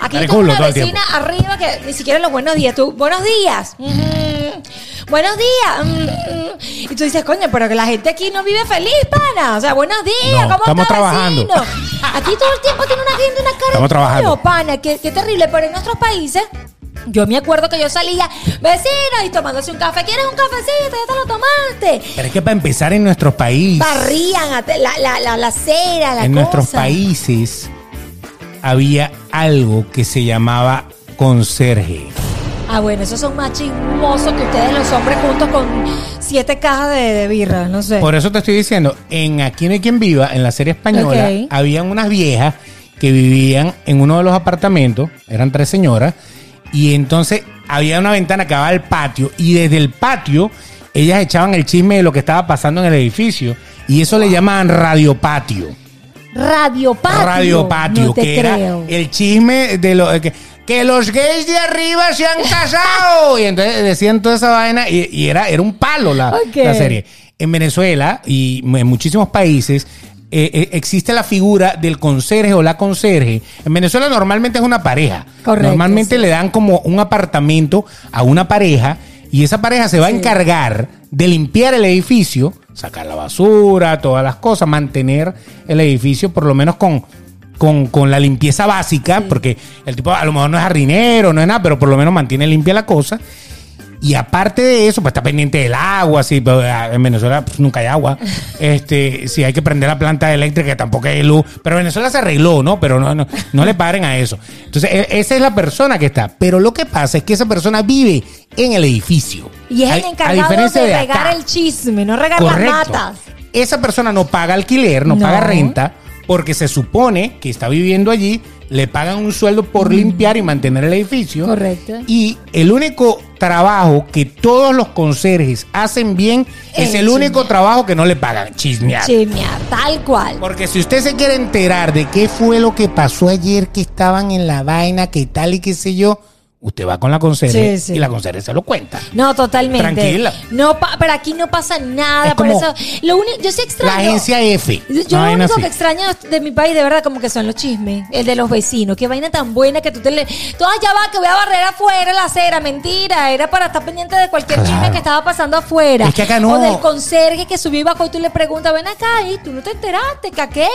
Speaker 2: Aquí
Speaker 1: Cara de
Speaker 2: tengo
Speaker 1: culo
Speaker 2: una
Speaker 1: todo el
Speaker 2: vecina arriba que ni siquiera los buenos días. Tú, buenos días. Mm, buenos días. Mm. Y tú dices, coño, pero que la gente aquí no vive feliz, pana. O sea, buenos días.
Speaker 1: No,
Speaker 2: ¿Cómo
Speaker 1: estamos
Speaker 2: está,
Speaker 1: trabajando.
Speaker 2: vecino? Aquí todo el tiempo tiene una gente, una cara
Speaker 1: Estamos
Speaker 2: de culo,
Speaker 1: trabajando.
Speaker 2: pana. Qué, qué terrible. Pero en nuestros países... Yo me acuerdo que yo salía, vecino, y tomándose un café. ¿Quieres un cafecito? Ya te lo tomaste
Speaker 1: Pero es que para empezar en nuestros países,
Speaker 2: barrían a- la, la, la, la cera, la
Speaker 1: en
Speaker 2: cosa.
Speaker 1: nuestros países había algo que se llamaba conserje.
Speaker 2: Ah, bueno, esos son más chismosos que ustedes los hombres juntos con siete cajas de, de birra, no sé.
Speaker 1: Por eso te estoy diciendo, en Aquí no hay quien viva, en la serie española,
Speaker 2: Ok.
Speaker 1: habían unas viejas que vivían en uno de los apartamentos, eran tres señoras, y entonces había una ventana que daba al patio, y desde el patio ellas echaban el chisme de lo que estaba pasando en el edificio, y eso le llamaban radiopatio.
Speaker 2: Radio Patio.
Speaker 1: Radiopatio,
Speaker 2: No te
Speaker 1: que
Speaker 2: creo.
Speaker 1: era el chisme de lo que, que los gays de arriba se han casado. y entonces decían toda esa vaina y, y era, era un palo la,
Speaker 2: Ok.
Speaker 1: la serie. En Venezuela y en muchísimos países eh, eh, existe la figura del conserje o la conserje. En Venezuela normalmente es una pareja.
Speaker 2: Correcto,
Speaker 1: normalmente
Speaker 2: sí.
Speaker 1: le dan como un apartamento a una pareja y esa pareja se va a encargar de limpiar el edificio, sacar la basura, todas las cosas, mantener el edificio por lo menos con, con, con la limpieza básica, porque el tipo a lo mejor no es jardinero, no es nada, pero por lo menos mantiene limpia la cosa. Y aparte de eso, pues está pendiente del agua, si pues, en Venezuela pues, nunca hay agua. Este, si hay que prender la planta eléctrica, tampoco hay luz. Pero Venezuela se arregló, ¿no? Pero no, no, no le paren a eso. Entonces, e- esa es la persona que está. Pero lo que pasa es que esa persona vive en el edificio.
Speaker 2: y es el
Speaker 1: A- a
Speaker 2: encargado
Speaker 1: diferencia
Speaker 2: de
Speaker 1: acá.
Speaker 2: regar el chisme, no regar las
Speaker 1: Correcto.
Speaker 2: matas.
Speaker 1: Esa persona no paga alquiler, no,
Speaker 2: No.
Speaker 1: paga renta, porque se supone que está viviendo allí, le pagan un sueldo por limpiar y mantener el edificio.
Speaker 2: Correcto.
Speaker 1: Y el único trabajo que todos los conserjes hacen bien es
Speaker 2: Es
Speaker 1: el único trabajo que no le pagan, chismear.
Speaker 2: Chismear, tal cual.
Speaker 1: Porque si usted se quiere enterar de qué fue lo que pasó ayer, que estaban en la vaina, que tal y qué sé yo, Usted va con la conserje
Speaker 2: Sí, sí.
Speaker 1: y la conserje se lo cuenta.
Speaker 2: No, totalmente.
Speaker 1: Tranquila.
Speaker 2: No, pa- pero aquí no pasa nada.
Speaker 1: Es
Speaker 2: por
Speaker 1: como
Speaker 2: eso, lo único, yo sí extraño.
Speaker 1: La agencia F.
Speaker 2: Yo
Speaker 1: Una
Speaker 2: lo
Speaker 1: vaina
Speaker 2: único
Speaker 1: así.
Speaker 2: que extraño de mi país, de verdad, como que son los chismes. El de los vecinos. Qué vaina tan buena que tú te le... Tú, "Ah, ya va, que voy a barrer afuera la acera. Mentira. Era para estar pendiente de cualquier
Speaker 1: Claro.
Speaker 2: chisme que estaba pasando afuera.
Speaker 1: Es que acá no.
Speaker 2: O del conserje que subió y bajó y tú le preguntas, ven acá, y tú no te enteraste que aquel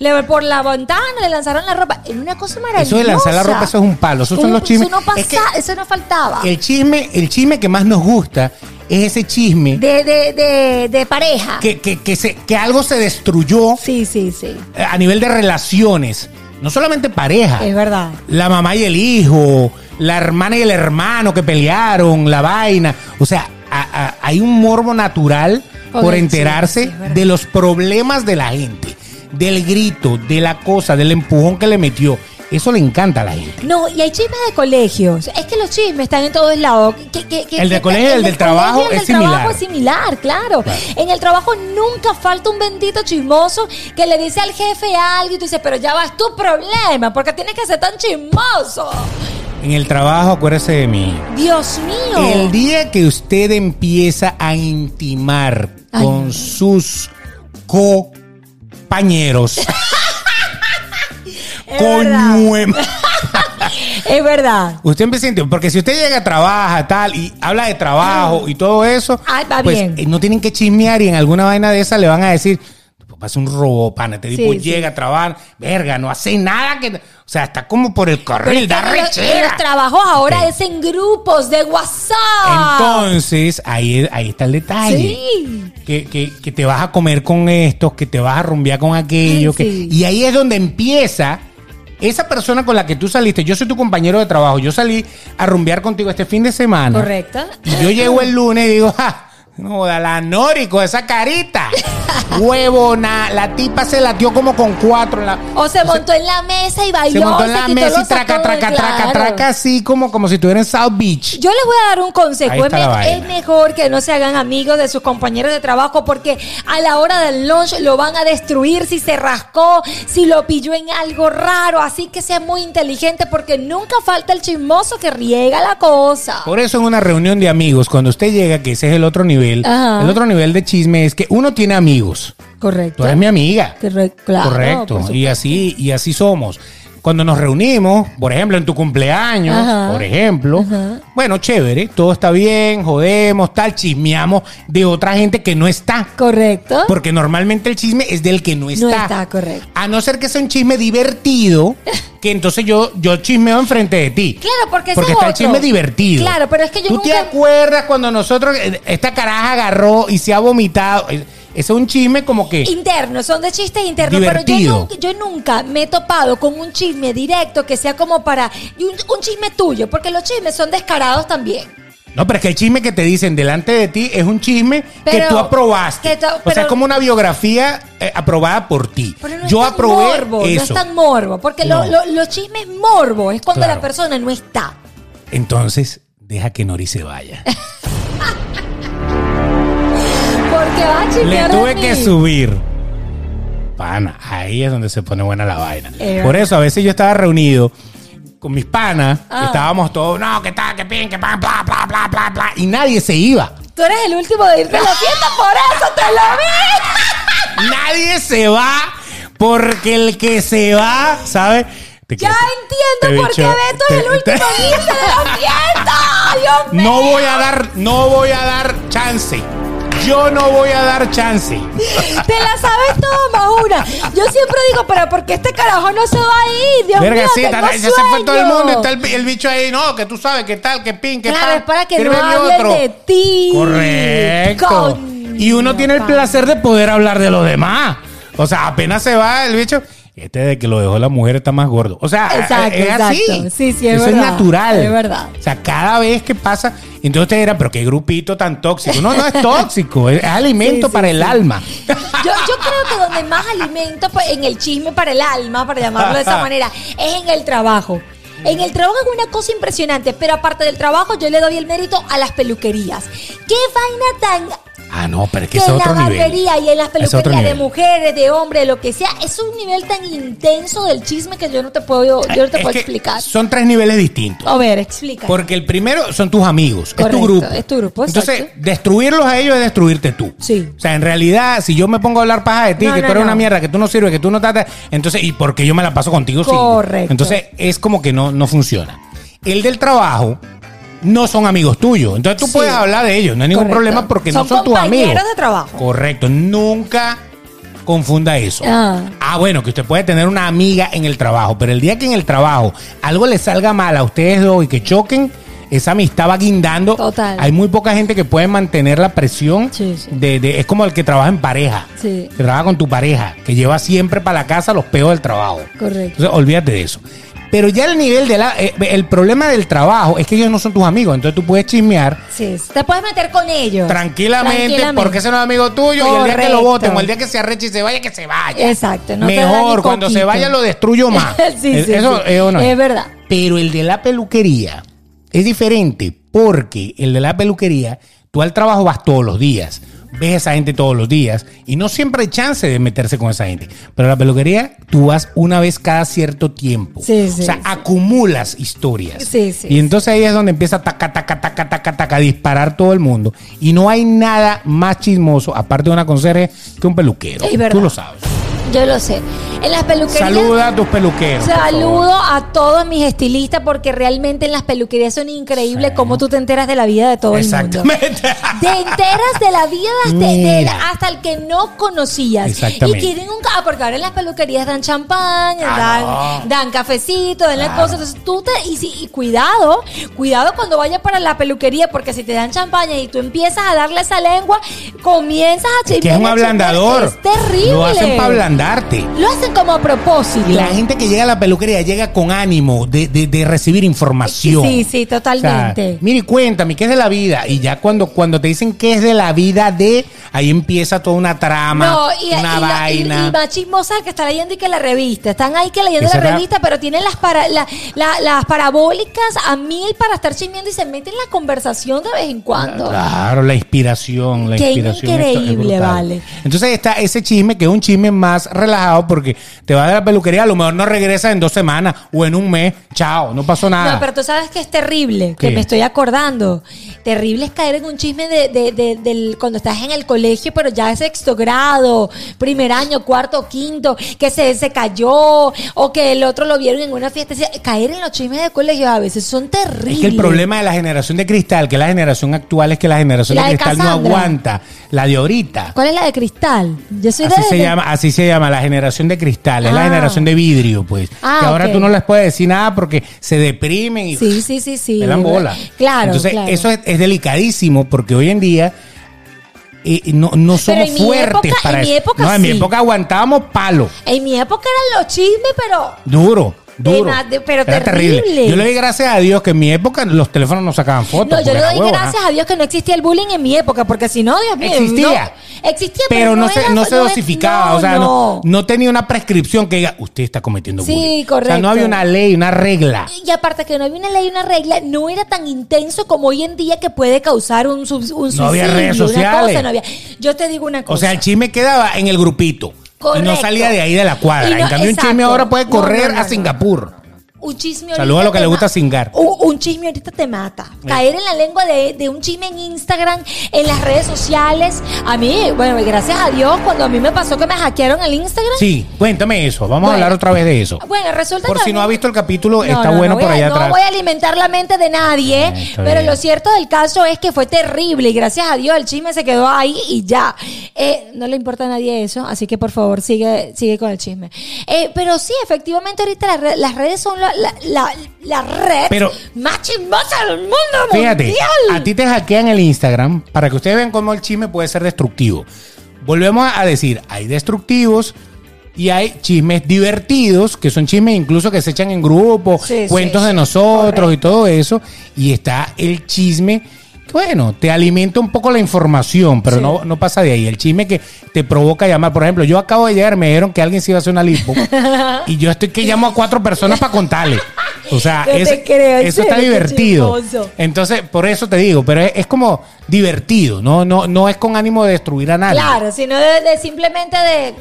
Speaker 2: le, por la ventana le lanzaron la ropa. Era una cosa maravillosa.
Speaker 1: Eso de lanzar la ropa, eso es un palo. Esos son
Speaker 2: Un-
Speaker 1: los chismes.
Speaker 2: Eso no, pasa,
Speaker 1: Es que-
Speaker 2: eso no faltaba.
Speaker 1: El chisme, el chisme que más nos gusta es ese chisme
Speaker 2: de, de, de, de pareja.
Speaker 1: que, que, que, se, que algo se destruyó
Speaker 2: Sí, sí, sí.
Speaker 1: eh, a nivel de relaciones. No solamente pareja.
Speaker 2: Es verdad.
Speaker 1: La mamá y el hijo, la hermana y el hermano que pelearon, la vaina. O sea, a- a- hay un morbo natural
Speaker 2: Obvio,
Speaker 1: por
Speaker 2: sí,
Speaker 1: enterarse
Speaker 2: sí, es verdad.
Speaker 1: de los problemas de la gente, del grito, de la cosa, del empujón que le metió. Eso le encanta a la gente.
Speaker 2: No, y hay chismes de colegios. Es que los chismes están en todos lados. Que- que- que-
Speaker 1: El de
Speaker 2: que-
Speaker 1: colegio y el del trabajo
Speaker 2: colegio y el
Speaker 1: es
Speaker 2: del
Speaker 1: similar.
Speaker 2: trabajo es similar, claro. En el trabajo nunca falta un bendito chismoso que le dice al jefe algo y tú dices, pero ya vas tu problema, porque tienes que ser tan chismoso.
Speaker 1: En el trabajo, acuérdese de mí.
Speaker 2: Dios mío.
Speaker 1: El día que usted empieza a intimar
Speaker 2: Ay, no.
Speaker 1: con sus compañeros,
Speaker 2: es, verdad,
Speaker 1: coñuem.
Speaker 2: es verdad.
Speaker 1: Usted empieza a intimar, porque si usted llega, trabaja, tal, y habla de trabajo y todo eso,
Speaker 2: Ay, va
Speaker 1: pues
Speaker 2: bien.
Speaker 1: eh, no tienen que chismear y en alguna vaina de esa le van a decir, tu papá es un robo, pana, este
Speaker 2: Sí,
Speaker 1: tipo
Speaker 2: sí.
Speaker 1: llega a trabajar, verga, no hace nada que... O sea, está como por el
Speaker 2: Pero
Speaker 1: carril,
Speaker 2: es
Speaker 1: da
Speaker 2: que en los, en
Speaker 1: rechera.
Speaker 2: los trabajos ahora
Speaker 1: Ok.
Speaker 2: es en grupos de WhatsApp.
Speaker 1: Entonces, ahí, ahí está el detalle.
Speaker 2: Sí.
Speaker 1: que, que- que te vas a comer con estos, que te vas a rumbear con aquellos.
Speaker 2: Ay,
Speaker 1: que-
Speaker 2: sí.
Speaker 1: Y ahí es donde empieza esa persona con la que tú saliste. Yo soy tu compañero de trabajo. Yo salí a rumbear contigo este fin de semana.
Speaker 2: Correcto.
Speaker 1: Y yo llego el lunes y digo, ¡ja! No, da la Norico, esa carita. Huevona, la tipa se latió como con cuatro. La,
Speaker 2: O se montó en la mesa y bailó.
Speaker 1: se montó en la
Speaker 2: quitó
Speaker 1: mesa y
Speaker 2: los
Speaker 1: traca,
Speaker 2: zapatos,
Speaker 1: traca, traca,
Speaker 2: claro.
Speaker 1: traca, así como, como si estuviera en South Beach.
Speaker 2: Yo les voy a dar un
Speaker 1: Ahí
Speaker 2: consejo. Es,
Speaker 1: está la
Speaker 2: me-
Speaker 1: vaina.
Speaker 2: es mejor que no se hagan amigos de sus compañeros de trabajo porque a la hora del lunch lo van a destruir si se rascó, si lo pilló en algo raro. Así que sea muy inteligente porque nunca falta el chismoso que riega la cosa.
Speaker 1: Por eso en una reunión de amigos, cuando usted llega, que ese es el otro nivel,
Speaker 2: Ajá.
Speaker 1: el otro nivel de chisme es que uno tiene amigos. Tú
Speaker 2: Correcto.
Speaker 1: eres mi amiga.
Speaker 2: Corre- claro, por
Speaker 1: Correcto.
Speaker 2: supuesto.
Speaker 1: Y así, y así somos. Cuando nos reunimos, por ejemplo, en tu cumpleaños,
Speaker 2: Ajá.
Speaker 1: por ejemplo, bueno, chévere, todo está bien, jodemos, tal, chismeamos de otra gente que no está.
Speaker 2: Correcto.
Speaker 1: Porque normalmente el chisme es del que no está.
Speaker 2: está, correcto.
Speaker 1: A no ser que sea un chisme divertido, que entonces yo, yo chismeo enfrente de ti.
Speaker 2: Claro, porque ese
Speaker 1: Porque
Speaker 2: es
Speaker 1: está el
Speaker 2: otro.
Speaker 1: chisme divertido.
Speaker 2: Claro, pero es que yo
Speaker 1: ¿Tú te
Speaker 2: nunca-
Speaker 1: acuerdas cuando nosotros, eh, esta caraja agarró y se ha vomitado? Ese es un chisme como que...
Speaker 2: Internos, son de chistes internos, pero yo
Speaker 1: Divertido.
Speaker 2: nunca, yo nunca me he topado con un chisme directo que sea como para y un, un chisme tuyo, porque los chismes son descarados también.
Speaker 1: No, pero es que el chisme que te dicen delante de ti es un chisme
Speaker 2: Pero-
Speaker 1: que tú aprobaste.
Speaker 2: que tú-
Speaker 1: o sea,
Speaker 2: pero-
Speaker 1: es como una biografía eh, aprobada por ti.
Speaker 2: Pero no
Speaker 1: Yo
Speaker 2: es tan
Speaker 1: aprobé
Speaker 2: morbo, no es
Speaker 1: eso.
Speaker 2: tan morbo, porque
Speaker 1: No.
Speaker 2: lo- lo- los chismes morbo es cuando
Speaker 1: Claro.
Speaker 2: la persona no está.
Speaker 1: Entonces, deja que Nori se vaya.
Speaker 2: Porque va a
Speaker 1: Le
Speaker 2: chismear de
Speaker 1: tuve
Speaker 2: mí.
Speaker 1: que subir. Pana, ahí es donde se pone buena la vaina.
Speaker 2: Eh,
Speaker 1: Por eso a veces yo estaba reunido con mis panas,
Speaker 2: Ah.
Speaker 1: estábamos todos, no, que tal, que pin, que pan, bla, bla, bla, bla, bla, y nadie se iba.
Speaker 2: Tú eres el último de irte a la fiesta, por eso te lo vi.
Speaker 1: nadie se va porque el que se va, ¿sabes? Te
Speaker 2: Ya
Speaker 1: quiero- te
Speaker 2: entiendo por qué
Speaker 1: bicho-
Speaker 2: Beto es
Speaker 1: te-
Speaker 2: el último
Speaker 1: te-
Speaker 2: en irse de la fiesta. Dios mío.
Speaker 1: No voy a dar, no voy a dar chance. Yo no voy a dar chance.
Speaker 2: Te la sabes toda, Maura. Yo siempre digo, pero ¿por qué este carajo no se va a ir? Dios
Speaker 1: Verga,
Speaker 2: mío,
Speaker 1: sí,
Speaker 2: tengo
Speaker 1: ta- ya se fue
Speaker 2: sueño.
Speaker 1: todo el mundo. Está el, el bicho ahí, no, que tú sabes qué tal, qué pin, qué
Speaker 2: Claro,
Speaker 1: pan,
Speaker 2: es para que no
Speaker 1: sírveme
Speaker 2: hablen de ti.
Speaker 1: Correcto.
Speaker 2: Coño,
Speaker 1: Y uno tiene el
Speaker 2: padre.
Speaker 1: placer de poder hablar de los demás. O sea, apenas se va el bicho. Este de que lo dejó la mujer está más gordo. O sea, eh,
Speaker 2: Exacto,
Speaker 1: es así.
Speaker 2: exacto. Sí, sí, es
Speaker 1: Eso
Speaker 2: verdad,
Speaker 1: es natural.
Speaker 2: es verdad.
Speaker 1: O sea, cada vez que pasa, entonces ustedes dirán, pero qué grupito tan tóxico. No, no es tóxico, es, es alimento
Speaker 2: Sí, sí,
Speaker 1: para el
Speaker 2: sí.
Speaker 1: alma.
Speaker 2: Yo, yo creo que donde más alimento pues, en el chisme para el alma, para llamarlo de esa manera, es en el trabajo. En el trabajo es una cosa impresionante, pero aparte del trabajo yo le doy el mérito a las peluquerías. ¡Qué vaina tan
Speaker 1: Ah, no, pero es que
Speaker 2: que
Speaker 1: es
Speaker 2: en la
Speaker 1: otro nivel.
Speaker 2: barbería y en las
Speaker 1: Es otro
Speaker 2: peluquerías de
Speaker 1: nivel.
Speaker 2: mujeres, de hombres, lo que sea, es un nivel tan intenso del chisme que yo no te puedo, yo no te
Speaker 1: Ah, Es
Speaker 2: puedo
Speaker 1: que
Speaker 2: explicar.
Speaker 1: Son tres niveles distintos.
Speaker 2: A ver, explica.
Speaker 1: Porque el primero son tus amigos, es
Speaker 2: Correcto,
Speaker 1: tu grupo.
Speaker 2: es tu grupo, exacto.
Speaker 1: Entonces, destruirlos a ellos es destruirte tú.
Speaker 2: Sí.
Speaker 1: O sea, en realidad, si yo me pongo a hablar paja de ti,
Speaker 2: No,
Speaker 1: que
Speaker 2: no,
Speaker 1: tú eres
Speaker 2: no.
Speaker 1: una mierda, que tú no sirves, que tú no tratas, entonces, ¿y por qué yo me la paso contigo? sí?
Speaker 2: Correcto.
Speaker 1: Entonces, es como que no, no funciona. El del trabajo no son amigos tuyos. Entonces, tú
Speaker 2: Sí.
Speaker 1: puedes hablar de ellos, no hay ningún
Speaker 2: Correcto.
Speaker 1: problema porque no
Speaker 2: Son
Speaker 1: son tus amigos.
Speaker 2: compañeros de trabajo.
Speaker 1: Correcto. Nunca confunda eso.
Speaker 2: Ah.
Speaker 1: Ah, bueno, que usted puede tener una amiga en el trabajo, pero el día que en el trabajo algo le salga mal a ustedes dos y que choquen, esa amistad va guindando.
Speaker 2: Total.
Speaker 1: Hay muy poca gente que puede mantener la presión.
Speaker 2: Sí, sí.
Speaker 1: De, de- es como el que trabaja en pareja,
Speaker 2: Sí.
Speaker 1: que trabaja con tu pareja, que lleva siempre para la casa los peos del trabajo.
Speaker 2: Correcto.
Speaker 1: Entonces, olvídate de eso. Pero ya el nivel de la, eh, el problema del trabajo es que ellos no son tus amigos, entonces tú puedes chismear
Speaker 2: Sí, sí. te puedes meter con ellos.
Speaker 1: tranquilamente, porque ese no es amigo tuyo y el día que lo
Speaker 2: Correcto.
Speaker 1: voten o el día que se arreche y se vaya, que se vaya.
Speaker 2: Exacto. No te da ni
Speaker 1: Mejor, cuando se
Speaker 2: coquito.
Speaker 1: vaya lo destruyo más.
Speaker 2: Sí,
Speaker 1: Es-
Speaker 2: sí,
Speaker 1: eso
Speaker 2: sí.
Speaker 1: es o no es.
Speaker 2: Es verdad.
Speaker 1: Pero el de la peluquería es diferente porque el de la peluquería, tú al trabajo vas todos los días, ves a esa gente todos los días y no siempre hay chance de meterse con esa gente. Pero la peluquería, tú vas una vez cada cierto tiempo.
Speaker 2: Sí, sí,
Speaker 1: o sea,
Speaker 2: sí.
Speaker 1: acumulas historias.
Speaker 2: Sí, sí,
Speaker 1: Y entonces ahí es donde empieza a taca, taca, taca, taca, taca, disparar todo el mundo. Y no hay nada más chismoso, aparte de una conserje, que un peluquero.
Speaker 2: Es verdad.
Speaker 1: Tú lo sabes.
Speaker 2: Yo lo sé. En las peluquerías.
Speaker 1: Saluda a tus peluqueros. por favor.
Speaker 2: Saludo a todos mis estilistas porque realmente en las peluquerías son increíbles cómo tú te enteras de la vida de todo el mundo.
Speaker 1: Exactamente.
Speaker 2: Te enteras de la vida de- de-
Speaker 1: Mira.
Speaker 2: hasta el que no conocías.
Speaker 1: Exactamente.
Speaker 2: Y tienen un... ca- Ah, porque ahora en las peluquerías dan champán,
Speaker 1: Ah,
Speaker 2: dan, dan cafecito, dan las cosas. Entonces tú te... Y, si- y cuidado, cuidado cuando vayas para la peluquería porque si te dan champaña y tú empiezas a darle esa lengua, comienzas a
Speaker 1: que es un
Speaker 2: chismear, a chismear.
Speaker 1: ablandador.
Speaker 2: Es terrible.
Speaker 1: Lo hacen para ablandarte.
Speaker 2: Lo hacen como a propósito.
Speaker 1: Y la gente que llega a la peluquería llega con ánimo de, de- de recibir información.
Speaker 2: Sí, sí, totalmente.
Speaker 1: O sea, mire, cuéntame, ¿qué es de la vida? Y ya cuando, cuando te dicen qué es de la vida de, ahí empieza toda una trama,
Speaker 2: No, y,
Speaker 1: una
Speaker 2: y la- y-
Speaker 1: vaina.
Speaker 2: y más chismosas que están leyendo y que la revista. Están ahí que leyendo
Speaker 1: Esa
Speaker 2: la
Speaker 1: era-
Speaker 2: revista, pero tienen las, para, la- la- las parabólicas a mil para estar chismeando y se meten en la conversación de vez en cuando.
Speaker 1: Claro, la inspiración, la
Speaker 2: Qué
Speaker 1: inspiración. esto es
Speaker 2: increíble,
Speaker 1: brutal.
Speaker 2: vale.
Speaker 1: Entonces está ese chisme que es un chisme más relajado porque te vas de la peluquería, a lo mejor no regresas en dos semanas o en un mes. Chao, no pasó nada.
Speaker 2: No, pero tú sabes que es terrible, que
Speaker 1: Ah. ¿Qué?
Speaker 2: me estoy acordando. Terrible es caer en un chisme de, de- de- del, cuando estás en el colegio, pero ya es sexto grado, primer año, cuarto, quinto, que se, se cayó o que el otro lo vieron en una fiesta. Sí, Caer en los chismes de colegio a veces son terribles.
Speaker 1: Es que el problema de la generación de cristal, que la generación actual es que la generación
Speaker 2: La
Speaker 1: de
Speaker 2: de
Speaker 1: cristal no
Speaker 2: Cassandra.
Speaker 1: aguanta. La de ahorita.
Speaker 2: ¿Cuál es la de cristal? Yo soy
Speaker 1: Así
Speaker 2: de.
Speaker 1: se,
Speaker 2: de-
Speaker 1: llama, así se llama, la generación de cristal, es la
Speaker 2: Ah.
Speaker 1: generación de vidrio, pues.
Speaker 2: Ah,
Speaker 1: que ahora
Speaker 2: ok.
Speaker 1: tú no les puedes decir nada porque se deprimen y
Speaker 2: Sí, sí, sí, sí.
Speaker 1: pelan bola.
Speaker 2: Claro.
Speaker 1: Entonces,
Speaker 2: claro.
Speaker 1: eso es, es delicadísimo porque hoy en día eh, no, no somos
Speaker 2: en mi
Speaker 1: fuertes
Speaker 2: época-
Speaker 1: para
Speaker 2: en
Speaker 1: eso.
Speaker 2: mi época
Speaker 1: no, en mi
Speaker 2: sí.
Speaker 1: época aguantábamos palo,
Speaker 2: En mi época eran los chismes, pero.
Speaker 1: duro. Duro.
Speaker 2: De na- de- pero
Speaker 1: Era terrible.
Speaker 2: terrible.
Speaker 1: Yo le doy gracias a Dios que en mi época los teléfonos no sacaban fotos.
Speaker 2: No, yo
Speaker 1: porque
Speaker 2: le
Speaker 1: era
Speaker 2: doy
Speaker 1: huevo, ¿no?
Speaker 2: gracias a Dios que no existía el bullying en mi época, porque si no, Dios mío.
Speaker 1: Existía.
Speaker 2: no- existía, pero,
Speaker 1: pero no, se,
Speaker 2: era-
Speaker 1: no se
Speaker 2: es-
Speaker 1: dosificaba,
Speaker 2: no,
Speaker 1: o sea, no.
Speaker 2: no.
Speaker 1: no tenía una prescripción que diga, usted está cometiendo
Speaker 2: Sí,
Speaker 1: bullying. O sea,
Speaker 2: correcto.
Speaker 1: no había una ley, una regla.
Speaker 2: Y aparte que no había una ley, una regla, no era tan intenso como hoy en día que puede causar un, sub- un suicidio.
Speaker 1: No había redes
Speaker 2: una
Speaker 1: sociales.
Speaker 2: cosa, no había- Yo te digo una cosa.
Speaker 1: O sea, el chisme quedaba en el grupito. Y no
Speaker 2: Correcto.
Speaker 1: salía de ahí de la cuadra.
Speaker 2: Y no-
Speaker 1: en cambio,
Speaker 2: exacto.
Speaker 1: un chisme ahora puede
Speaker 2: No,
Speaker 1: correr
Speaker 2: no, no,
Speaker 1: a
Speaker 2: no.
Speaker 1: Singapur.
Speaker 2: Un chisme
Speaker 1: Saludo
Speaker 2: ahorita
Speaker 1: a lo que
Speaker 2: te
Speaker 1: le
Speaker 2: ma-
Speaker 1: gusta cingar.
Speaker 2: Un, un chisme ahorita te mata. Caer en la lengua de, de un chisme en Instagram, en las redes sociales. A mí, bueno, gracias a Dios, cuando a mí me pasó que me hackearon el Instagram.
Speaker 1: Sí, cuéntame eso. Vamos a
Speaker 2: Bueno.
Speaker 1: hablar otra vez de eso.
Speaker 2: Bueno, resulta
Speaker 1: Por
Speaker 2: que
Speaker 1: si
Speaker 2: a
Speaker 1: no
Speaker 2: mí-
Speaker 1: ha visto el capítulo,
Speaker 2: No,
Speaker 1: está
Speaker 2: no,
Speaker 1: bueno
Speaker 2: no
Speaker 1: por
Speaker 2: voy a-
Speaker 1: allá
Speaker 2: No voy
Speaker 1: atrás.
Speaker 2: a alimentar la mente de nadie,
Speaker 1: Ah, está
Speaker 2: pero
Speaker 1: bien.
Speaker 2: lo cierto del caso es que fue terrible y gracias a Dios el chisme se quedó ahí y ya. Eh, no le importa a nadie eso, así que por favor sigue, sigue con el chisme. Eh, pero sí, efectivamente ahorita las re- las redes son la, la, la- la red
Speaker 1: Pero-
Speaker 2: más chismosa del mundo
Speaker 1: Fíjate, a
Speaker 2: mundial.
Speaker 1: ti te hackean el Instagram para que ustedes vean cómo el chisme puede ser destructivo. Volvemos a decir, hay destructivos y hay chismes divertidos, que son chismes incluso que se echan en grupo,
Speaker 2: Sí,
Speaker 1: cuentos
Speaker 2: sí,
Speaker 1: de
Speaker 2: sí,
Speaker 1: nosotros y todo eso. Y está el chisme que, bueno, te alimenta un poco la información, pero
Speaker 2: Sí.
Speaker 1: no, no pasa de ahí. El chisme que te provoca llamar. Por ejemplo, yo acabo de llegar, me dijeron que alguien se iba a hacer una lipo y yo estoy que llamo a cuatro personas para contarle. O sea,
Speaker 2: No te
Speaker 1: es-
Speaker 2: creo, en
Speaker 1: eso está
Speaker 2: serio, qué
Speaker 1: divertido.
Speaker 2: chismoso.
Speaker 1: Entonces, por eso te digo, pero es, es como divertido, ¿no? No, no es con ánimo de destruir a nadie.
Speaker 2: Claro, sino de, de simplemente de...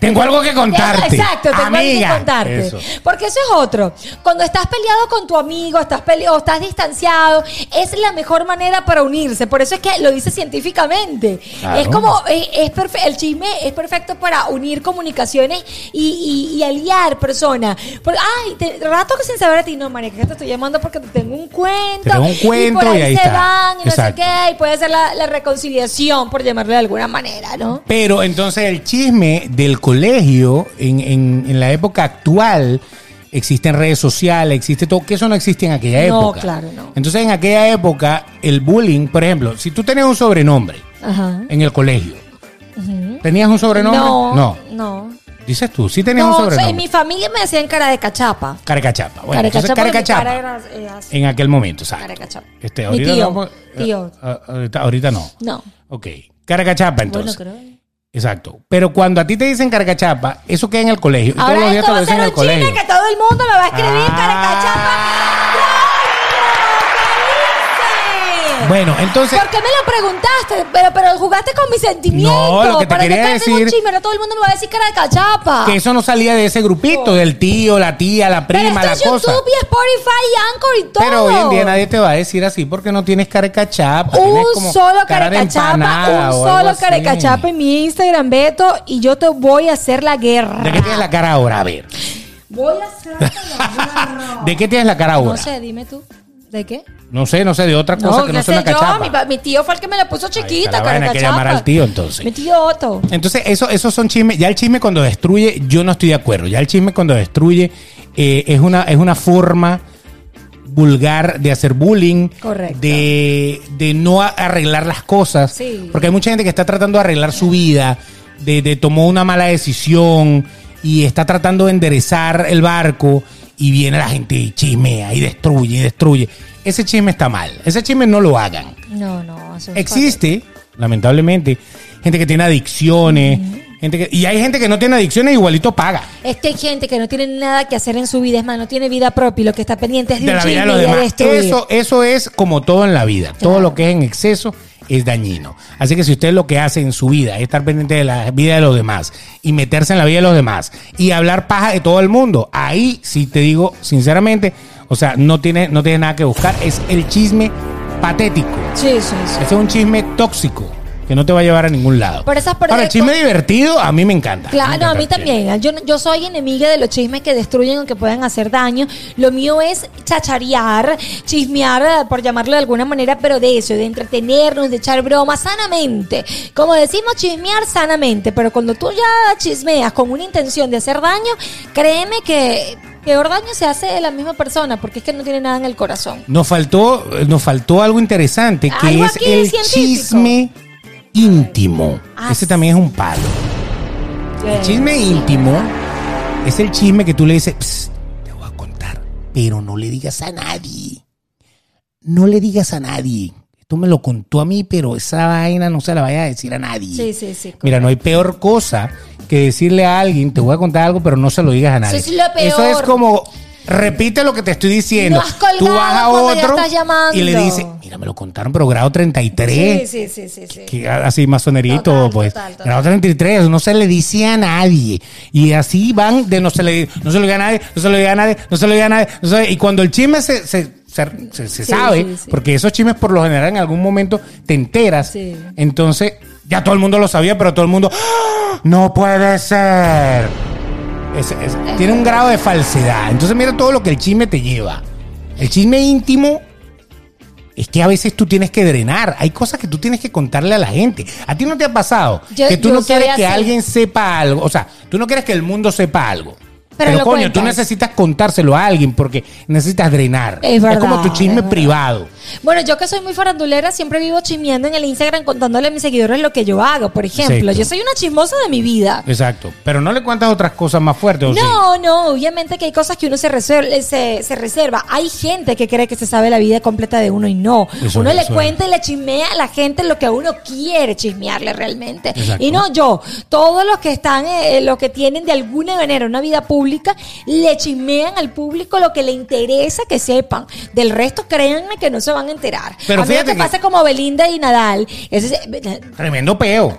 Speaker 1: Tengo algo que contarte.
Speaker 2: Exacto, tengo algo
Speaker 1: Amiga.
Speaker 2: que contarte.
Speaker 1: Eso.
Speaker 2: Porque eso es otro. Cuando estás peleado con tu amigo, estás pele- o estás distanciado, es la mejor manera para unirse. Por eso es que lo dice científicamente.
Speaker 1: Claro.
Speaker 2: Es como, es, es perfe- el chisme es perfecto para unir comunicaciones y, y- y aliar personas. Por- ay, te- rato que sin saber a ti, no, María, que te estoy llamando porque te tengo un cuento.
Speaker 1: Te tengo un cuento
Speaker 2: y, por
Speaker 1: y ahí
Speaker 2: se
Speaker 1: está.
Speaker 2: van y
Speaker 1: Exacto.
Speaker 2: no sé qué, y puede ser la, la reconciliación, por llamarlo de alguna manera, ¿no?
Speaker 1: Pero entonces el chisme del colegio en, en- en la época actual existen redes sociales, existe todo, que eso no existe en aquella
Speaker 2: No,
Speaker 1: época.
Speaker 2: claro, no.
Speaker 1: Entonces en aquella época el bullying, por ejemplo, si tú tenías un sobrenombre
Speaker 2: Ajá.
Speaker 1: en el colegio, ¿tenías un sobrenombre?
Speaker 2: No, no.
Speaker 1: Dices tú, sí tenías
Speaker 2: No,
Speaker 1: un
Speaker 2: o sea, en
Speaker 1: sobrenombre.
Speaker 2: mi familia me hacían cara de cachapa.
Speaker 1: Caracachapa. Bueno,
Speaker 2: Cara de
Speaker 1: entonces
Speaker 2: cachapa porque
Speaker 1: Caracachapa.
Speaker 2: cara era, eh, así.
Speaker 1: En aquel momento, ¿sabes?
Speaker 2: Caracachapa.
Speaker 1: Este,
Speaker 2: Mi
Speaker 1: ahorita
Speaker 2: tío,
Speaker 1: no,
Speaker 2: tío.
Speaker 1: eh, eh, ahorita, ahorita no.
Speaker 2: No.
Speaker 1: Ok. Caracachapa, entonces.
Speaker 2: bueno, creo.
Speaker 1: Exacto. Pero cuando a ti te dicen carcachapa, eso queda en el colegio. Y todos los
Speaker 2: Ahora
Speaker 1: días
Speaker 2: esto
Speaker 1: te lo
Speaker 2: va a
Speaker 1: dicen
Speaker 2: ser
Speaker 1: en el
Speaker 2: un
Speaker 1: colegio.
Speaker 2: chiste que todo el mundo me va a escribir
Speaker 1: Ah.
Speaker 2: para cachapa.
Speaker 1: Bueno, entonces.
Speaker 2: ¿Por qué me lo preguntaste? Pero, pero jugaste con mi sentimiento.
Speaker 1: No, lo que te
Speaker 2: ¿Para qué
Speaker 1: quería
Speaker 2: haciendo un
Speaker 1: decir-
Speaker 2: chisme? Ahora todo el mundo me va a decir cara de cachapa.
Speaker 1: Que eso no salía de ese grupito, del tío, la tía, la
Speaker 2: pero
Speaker 1: prima,
Speaker 2: esto
Speaker 1: la
Speaker 2: es
Speaker 1: cosa.
Speaker 2: YouTube y Spotify y Anchor y todo.
Speaker 1: Pero hoy en día nadie te va a decir así porque no tienes carcachapa. tienes
Speaker 2: Un
Speaker 1: como
Speaker 2: solo
Speaker 1: cara de
Speaker 2: carecachapa,
Speaker 1: empanada
Speaker 2: un
Speaker 1: o algo
Speaker 2: solo
Speaker 1: así.
Speaker 2: carecachapa en mi Instagram, Beto, y yo te voy a hacer la guerra.
Speaker 1: ¿De qué tienes la cara ahora? A ver.
Speaker 2: Voy a hacer la guerra.
Speaker 1: ¿De qué tienes la cara ahora?
Speaker 2: No sé, dime tú. ¿De qué?
Speaker 1: No sé, no sé, de otra cosa que no
Speaker 2: qué
Speaker 1: sea una
Speaker 2: sé yo,
Speaker 1: cachapa.
Speaker 2: mi, pa- mi tío fue el que me la puso
Speaker 1: está
Speaker 2: chiquita,
Speaker 1: la vaina, hay que
Speaker 2: carecachapa.
Speaker 1: llamar al tío, entonces.
Speaker 2: Mi tío Otto.
Speaker 1: Entonces, eso, esos son chismes. Ya el chisme cuando destruye, yo no estoy de acuerdo. Ya el chisme cuando destruye eh, es, una, es una forma vulgar de hacer bullying,
Speaker 2: Correcto.
Speaker 1: de, de no a- arreglar las cosas.
Speaker 2: Sí.
Speaker 1: Porque hay mucha gente que está tratando de arreglar su vida, de, de tomó una mala decisión y está tratando de enderezar el barco y viene la gente y chismea y destruye y destruye. Ese chisme está mal. Ese chisme no lo hagan.
Speaker 2: No, no. eso es
Speaker 1: Existe, lamentablemente, gente que tiene adicciones, gente que, y hay gente que no tiene adicciones igualito paga.
Speaker 2: fatal. Es que hay gente que no tiene nada que hacer en su vida, es más, no tiene vida propia y lo que está pendiente es de,
Speaker 1: De
Speaker 2: un
Speaker 1: la vida de
Speaker 2: chisme
Speaker 1: los
Speaker 2: y de
Speaker 1: demás.
Speaker 2: destruir.
Speaker 1: Eso, eso es como todo en la vida. Todo lo que es en exceso es dañino. Así que si usted lo que hace en su vida es estar pendiente de la vida de los demás y meterse en la vida de los demás y hablar paja de todo el mundo, ahí sí te digo sinceramente, o sea, no tiene, no tiene nada que buscar. Es el chisme patético.
Speaker 2: Sí, sí, sí.
Speaker 1: Ese es un chisme tóxico que no te va a llevar a ningún lado.
Speaker 2: Por esas partes
Speaker 1: Ahora, el
Speaker 2: de-
Speaker 1: chisme divertido a mí me encanta. Me
Speaker 2: Claro,
Speaker 1: encanta
Speaker 2: no, a mí
Speaker 1: el chisme.
Speaker 2: también. Yo, no- yo soy enemiga de los chismes que destruyen o que puedan hacer daño. Lo mío es chacharear, chismear, eh, por llamarlo de alguna manera, pero de eso, de entretenernos, de echar bromas sanamente. Como decimos, chismear sanamente. Pero cuando tú ya chismeas con una intención de hacer daño, créeme que peor daño se hace de la misma persona, porque es que no tiene nada en el corazón.
Speaker 1: Nos faltó, nos faltó algo interesante que
Speaker 2: Algo
Speaker 1: es
Speaker 2: aquí
Speaker 1: el
Speaker 2: científico.
Speaker 1: chisme íntimo.
Speaker 2: Ah,
Speaker 1: Ese también es un palo. El chisme íntimo es el chisme que tú le dices, "Psst, te voy a contar, pero no le digas a nadie. No le digas a nadie. Esto me lo contó a mí, pero esa vaina no se la vaya a decir a nadie.
Speaker 2: Sí, sí, sí.
Speaker 1: Mira, no hay peor cosa que decirle a alguien, te voy a contar algo, pero no se lo digas a nadie.
Speaker 2: Eso es lo peor.
Speaker 1: Eso es como, repite lo que te estoy diciendo.
Speaker 2: No has colgado
Speaker 1: Tú vas a
Speaker 2: cuando ya
Speaker 1: otro
Speaker 2: estás llamando.
Speaker 1: y le dices, mira, me lo contaron, pero grado
Speaker 2: Sí,
Speaker 1: 33.
Speaker 2: sí, sí, sí, sí.
Speaker 1: Que así masonería y
Speaker 2: Total,
Speaker 1: todo, pues.
Speaker 2: total, total.
Speaker 1: Grado 33, no se le dice a nadie. Y así van de no se le no se lo diga a nadie, no se lo diga a nadie, no se lo diga a nadie. no se lo- y cuando el chisme se, se- se- se- se
Speaker 2: Sí,
Speaker 1: sabe,
Speaker 2: sí, sí.
Speaker 1: porque esos chismes por lo general en algún momento te enteras.
Speaker 2: Sí.
Speaker 1: Entonces, ya todo el mundo lo sabía, pero todo el mundo. ¡Ah! ¡No puede ser! Es- es- tiene un grado de falsedad. Entonces, mira todo lo que el chisme te lleva. El chisme íntimo es que a veces tú tienes que drenar. Hay cosas que tú tienes que contarle a la gente. ¿A ti no te ha pasado
Speaker 2: Yo-
Speaker 1: que tú
Speaker 2: yo
Speaker 1: no
Speaker 2: soy
Speaker 1: quieres que
Speaker 2: así.
Speaker 1: alguien sepa algo? O sea, tú no quieres que el mundo sepa algo. Pero,
Speaker 2: Pero lo
Speaker 1: coño, tú
Speaker 2: cuentas.
Speaker 1: necesitas contárselo a alguien porque necesitas drenar.
Speaker 2: Es verdad,
Speaker 1: como tu
Speaker 2: es
Speaker 1: chisme
Speaker 2: verdad.
Speaker 1: privado.
Speaker 2: Bueno, yo que soy muy farandulera, siempre vivo chismeando en el Instagram contándole a mis seguidores lo que yo hago, por ejemplo.
Speaker 1: Exacto.
Speaker 2: Yo soy una chismosa de mi vida.
Speaker 1: Exacto. Pero no le cuentas otras cosas más fuertes. ¿o sí?
Speaker 2: No, no, obviamente que hay cosas que uno se reserva, se, se reserva. Hay gente que cree que se sabe la vida completa de uno y no.
Speaker 1: Eso
Speaker 2: uno
Speaker 1: es,
Speaker 2: le
Speaker 1: eso
Speaker 2: cuenta y le chismea a la gente lo que a uno quiere chismearle realmente.
Speaker 1: Exacto.
Speaker 2: Y no yo. Todos los que están, eh, eh, los que tienen de alguna manera una vida pública, le chismean al público lo que le interesa que sepan. Del resto, créanme que no se van a enterar.
Speaker 1: Pero
Speaker 2: a mí lo
Speaker 1: fíjate
Speaker 2: que,
Speaker 1: que-
Speaker 2: pasa como Belinda y Nadal. Ese es-
Speaker 1: Tremendo peo.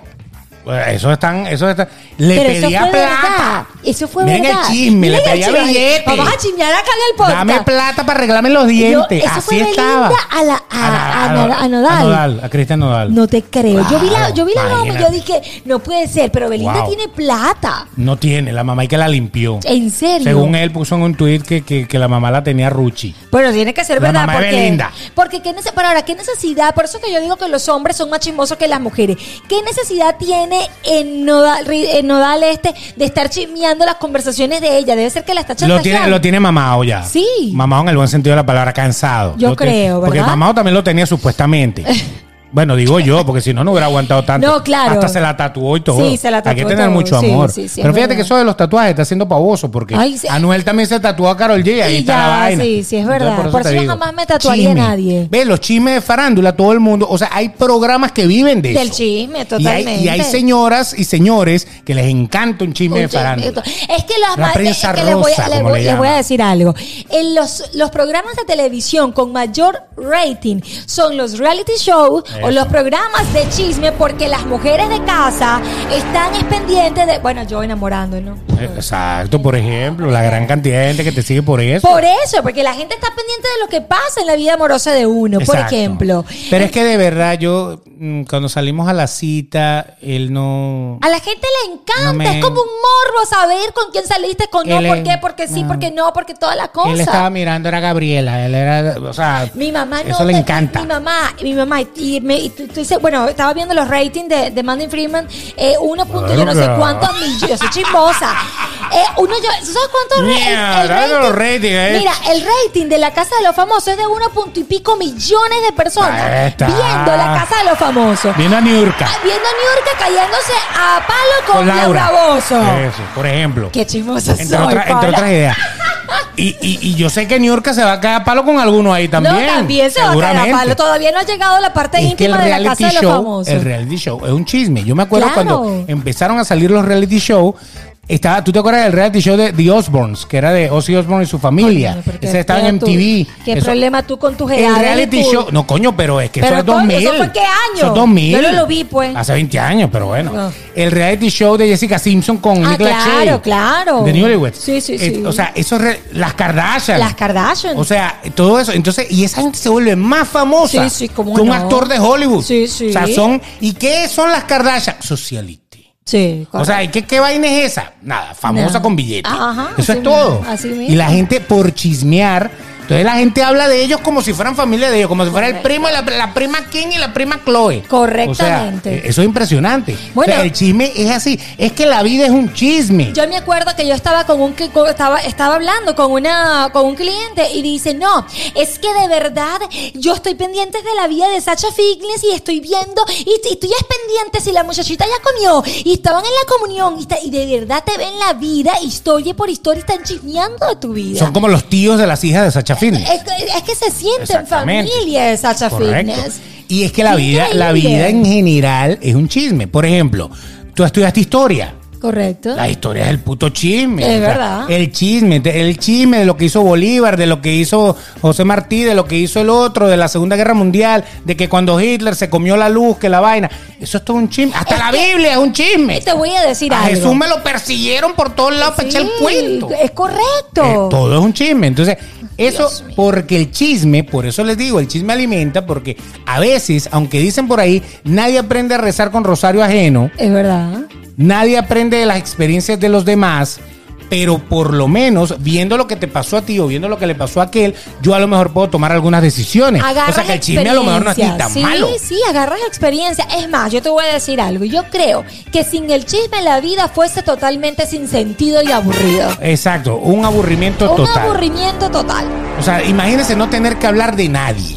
Speaker 1: Eso están, eso están. Le
Speaker 2: pero
Speaker 1: pedía
Speaker 2: eso fue verdad.
Speaker 1: plata.
Speaker 2: Eso fue
Speaker 1: Miren
Speaker 2: verdad.
Speaker 1: el chisme, le
Speaker 2: Miren el
Speaker 1: pedía
Speaker 2: chisme.
Speaker 1: billete.
Speaker 2: Vamos a chismear acá en el podcast.
Speaker 1: Dame plata para arreglarme los dientes.
Speaker 2: Yo- eso fue
Speaker 1: Así estaba.
Speaker 2: Belinda a la- a-
Speaker 1: Na-
Speaker 2: a Nodal.
Speaker 1: a Nodal, a Cristian Nodal.
Speaker 2: No te creo. yo vi la,
Speaker 1: Claro,
Speaker 2: yo vi la broma y yo
Speaker 1: imagínate.
Speaker 2: dije, no puede ser, pero Belinda
Speaker 1: Wow.
Speaker 2: tiene plata.
Speaker 1: No tiene, la mamá y que la limpió.
Speaker 2: En serio.
Speaker 1: Según él puso en un tuit que, que, que la mamá la tenía Ruchi.
Speaker 2: Bueno, tiene que ser
Speaker 1: La
Speaker 2: verdad
Speaker 1: mamá de
Speaker 2: porque
Speaker 1: Belinda.
Speaker 2: porque qué nece- pero ahora qué necesidad, por eso que yo digo que los hombres son más chismosos que las mujeres. ¿Qué necesidad tiene en Nodal, Ri- en Nodal este de estar chismeando las conversaciones de ella? Debe ser que la está
Speaker 1: Lo
Speaker 2: chantajeando.
Speaker 1: tiene, lo tiene mamado ya.
Speaker 2: Sí.
Speaker 1: Mamado en el buen sentido de la palabra, cansado.
Speaker 2: Yo
Speaker 1: Lo tiene-
Speaker 2: creo, ¿verdad?
Speaker 1: Porque mamado también lo tenía supuestamente. Bueno, digo yo, porque si no, no hubiera aguantado tanto.
Speaker 2: No, claro.
Speaker 1: Hasta se la tatuó y todo.
Speaker 2: Sí, se la
Speaker 1: Hay que
Speaker 2: tatuó
Speaker 1: tener
Speaker 2: todo.
Speaker 1: mucho
Speaker 2: Sí,
Speaker 1: amor.
Speaker 2: sí, sí,
Speaker 1: Pero
Speaker 2: es
Speaker 1: fíjate
Speaker 2: verdad.
Speaker 1: que eso de los tatuajes está siendo pavoso, porque
Speaker 2: Ay, sí.
Speaker 1: Anuel también se tatuó a Carol G. Ahí
Speaker 2: Y
Speaker 1: está la
Speaker 2: ya,
Speaker 1: vaina.
Speaker 2: sí, sí, es verdad. Por
Speaker 1: te
Speaker 2: eso yo
Speaker 1: digo,
Speaker 2: jamás me tatuaría a
Speaker 1: chisme.
Speaker 2: nadie.
Speaker 1: Ve, los chismes de farándula, todo el mundo. O sea, hay programas que viven de
Speaker 2: Del
Speaker 1: eso.
Speaker 2: chisme,
Speaker 1: Y hay-
Speaker 2: totalmente.
Speaker 1: Y hay, señoras y señores que les encanta un chisme de
Speaker 2: Oye,
Speaker 1: farándula.
Speaker 2: Es que las
Speaker 1: La
Speaker 2: ma-
Speaker 1: prensa
Speaker 2: es que les voy, a-
Speaker 1: rosa,
Speaker 2: les
Speaker 1: como
Speaker 2: voy-
Speaker 1: le
Speaker 2: les
Speaker 1: llaman.
Speaker 2: voy a decir algo. En los, los programas de televisión con mayor rating son los reality shows
Speaker 1: Eso.
Speaker 2: o los programas de chisme porque las mujeres de casa están es pendientes de, bueno, yo enamorando, ¿no?
Speaker 1: Exacto, por ejemplo, la gran cantidad de gente que te sigue por eso.
Speaker 2: Por eso, porque la gente está pendiente de lo que pasa en la vida amorosa de uno, por
Speaker 1: Exacto.
Speaker 2: ejemplo.
Speaker 1: Pero es que de verdad, yo, mm, cuando salimos a la cita, él no.
Speaker 2: A la gente le encanta,
Speaker 1: No me-
Speaker 2: es como un morbo saber con quién saliste, con no,
Speaker 1: Él
Speaker 2: por
Speaker 1: es-
Speaker 2: qué, porque sí,
Speaker 1: no.
Speaker 2: porque no, porque toda la cosa.
Speaker 1: Él estaba mirando, era Gabriela. Él era. O sea,
Speaker 2: Mi mamá no.
Speaker 1: Eso le
Speaker 2: te-
Speaker 1: encanta.
Speaker 2: Mi mamá, mi mamá, y, me, y tú, tú dices, bueno, estaba viendo los ratings de, de Mandy Freeman, eh, uno punto yo no sé
Speaker 1: Verga.
Speaker 2: cuántos millones, yo soy chismosa. Eh, uno yo, ¿tú ¿sabes cuántos ra-
Speaker 1: Mierda, dale los ratings, eh.
Speaker 2: Mira, el rating de la Casa de los Famosos es de uno punto y pico millones de
Speaker 1: Ahí
Speaker 2: personas
Speaker 1: está.
Speaker 2: viendo la Casa de los Famosos.
Speaker 1: Viendo a Niurka.
Speaker 2: Ah, Viendo a Niurka cayéndose a palo con,
Speaker 1: Con Laura.
Speaker 2: Bozo.
Speaker 1: Eso, por ejemplo.
Speaker 2: Qué chismosa
Speaker 1: Entre,
Speaker 2: soy,
Speaker 1: otra- entre
Speaker 2: Paula.
Speaker 1: otras ideas. Y, y, y yo sé que Niurka se va a caer a palo con alguno ahí también.
Speaker 2: no, también se va a caer a
Speaker 1: seguramente.
Speaker 2: palo. Todavía no ha llegado la parte
Speaker 1: Es que el
Speaker 2: íntima de la
Speaker 1: reality
Speaker 2: casa de los
Speaker 1: show,
Speaker 2: famosos.
Speaker 1: el reality show es un chisme. Yo me acuerdo
Speaker 2: Claro.
Speaker 1: cuando empezaron a salir los reality show, estaba, ¿tú te acuerdas del reality show de The Osbournes, que era de Ozzy Osbourne y su familia?
Speaker 2: Coño, pero qué
Speaker 1: Ese estaba en
Speaker 2: pedo tú.
Speaker 1: MTV.
Speaker 2: ¿Qué
Speaker 1: Eso-
Speaker 2: problema tú con tus
Speaker 1: El
Speaker 2: edades y
Speaker 1: reality
Speaker 2: tu-
Speaker 1: show, no coño, pero es que
Speaker 2: Pero,
Speaker 1: eso es 2000.
Speaker 2: coño, ¿eso fue qué año?
Speaker 1: Eso es 2000.
Speaker 2: Yo no lo vi, pues.
Speaker 1: Hace 20 años, pero bueno.
Speaker 2: No.
Speaker 1: El reality show de Jessica Simpson con
Speaker 2: Ah,
Speaker 1: Nicolas
Speaker 2: claro,
Speaker 1: Cage.
Speaker 2: claro.
Speaker 1: De Newlyweds.
Speaker 2: Sí, sí,
Speaker 1: Eh,
Speaker 2: sí.
Speaker 1: o sea, eso es re- las Kardashian.
Speaker 2: Las Kardashian.
Speaker 1: O sea, todo eso. Entonces, y esa gente se vuelve más famosa
Speaker 2: Sí, sí, cómo
Speaker 1: que un
Speaker 2: no.
Speaker 1: actor de Hollywood.
Speaker 2: Sí, sí.
Speaker 1: O sea, son. ¿Y qué son las Kardashian? Socialite.
Speaker 2: Sí,
Speaker 1: O sea, ¿y ¿qué, qué vaina es esa? Nada, famosa
Speaker 2: Nada.
Speaker 1: con billete.
Speaker 2: Ajá,
Speaker 1: Eso
Speaker 2: así
Speaker 1: es todo.
Speaker 2: mismo, así mismo.
Speaker 1: Y la gente por chismear. Entonces la gente habla de ellos como si fueran familia de ellos, como si fuera el primo, la, la prima Kim y la prima Chloe.
Speaker 2: Correctamente.
Speaker 1: O sea, eh, eso es impresionante.
Speaker 2: Bueno.
Speaker 1: o sea, el chisme es así. Es que la vida es un chisme.
Speaker 2: Yo me acuerdo que yo estaba con un cli- con- estaba, estaba hablando con una con un cliente y dice, "No, es que de verdad yo estoy pendiente de la vida de Sacha Fitness y estoy viendo y, y tú ya es pendiente si la muchachita ya comió y estaban en la comunión y, ta- y de verdad te ven la vida historia por historia están chismeando de tu vida."
Speaker 1: Son como los tíos de las hijas de Sacha Fitness.
Speaker 2: es, que- es que se sienten
Speaker 1: Exactamente.
Speaker 2: familia de Sacha
Speaker 1: Correcto.
Speaker 2: Fitness.
Speaker 1: Y es que la vida, la
Speaker 2: Increíble.
Speaker 1: vida en general es un chisme. Por ejemplo, tú estudiaste historia.
Speaker 2: Correcto.
Speaker 1: La historia es el puto chisme.
Speaker 2: ¿Ah? Es verdad.
Speaker 1: El chisme, de- el chisme de lo que hizo Bolívar, de lo que hizo José Martí, de lo que hizo el otro, de la Segunda Guerra Mundial, de que cuando Hitler se comió la luz, que la vaina. Eso es todo un chisme. Hasta
Speaker 2: Es
Speaker 1: la
Speaker 2: que-
Speaker 1: Biblia es un chisme.
Speaker 2: Te voy a decir
Speaker 1: a
Speaker 2: algo.
Speaker 1: Jesús me lo persiguieron por todos lados para echar el
Speaker 2: Sí,
Speaker 1: cuento.
Speaker 2: Es
Speaker 1: Eh,
Speaker 2: correcto.
Speaker 1: todo es un chisme. Entonces, eso porque el chisme, por eso les digo, el chisme alimenta, porque a veces, aunque dicen por ahí, nadie aprende a rezar con rosario ajeno,
Speaker 2: Es verdad.
Speaker 1: Eh, nadie aprende de las experiencias de los demás. Pero por lo menos, viendo lo que te pasó a ti o viendo lo que le pasó a aquel, yo a lo mejor puedo tomar algunas decisiones.
Speaker 2: Agarras
Speaker 1: o sea que el chisme a lo mejor no es ni
Speaker 2: experiencia.
Speaker 1: tan
Speaker 2: sí,
Speaker 1: malo.
Speaker 2: Sí, agarras experiencia. Es más, yo te voy a decir algo. Yo creo que sin el chisme la vida fuese totalmente sin sentido y aburrido.
Speaker 1: Exacto, un aburrimiento
Speaker 2: Un
Speaker 1: total.
Speaker 2: aburrimiento total.
Speaker 1: o sea, imagínense no tener que hablar de nadie.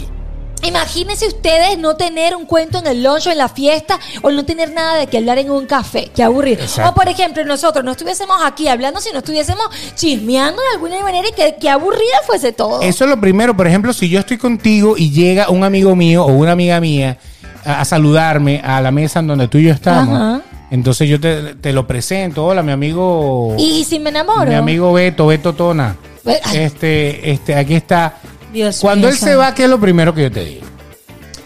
Speaker 2: Imagínense ustedes no tener un cuento en el lunch o en la fiesta o no tener nada de que hablar en un café. Qué aburrido.
Speaker 1: Exacto.
Speaker 2: O por ejemplo, nosotros no estuviésemos aquí hablando si no estuviésemos chismeando de alguna manera y que, que aburrida fuese todo.
Speaker 1: Eso es lo primero. Por ejemplo, si yo estoy contigo y llega un amigo mío o una amiga mía a, a saludarme a la mesa en donde tú y yo estamos,
Speaker 2: Ajá.
Speaker 1: entonces yo te, te lo presento. Hola, mi amigo.
Speaker 2: Y si me enamoro.
Speaker 1: Mi amigo Beto, Beto Tona.
Speaker 2: Ay.
Speaker 1: Este, este, aquí está.
Speaker 2: Dios
Speaker 1: Cuando
Speaker 2: mío,
Speaker 1: él se
Speaker 2: santo.
Speaker 1: va, ¿qué es lo primero que yo te digo?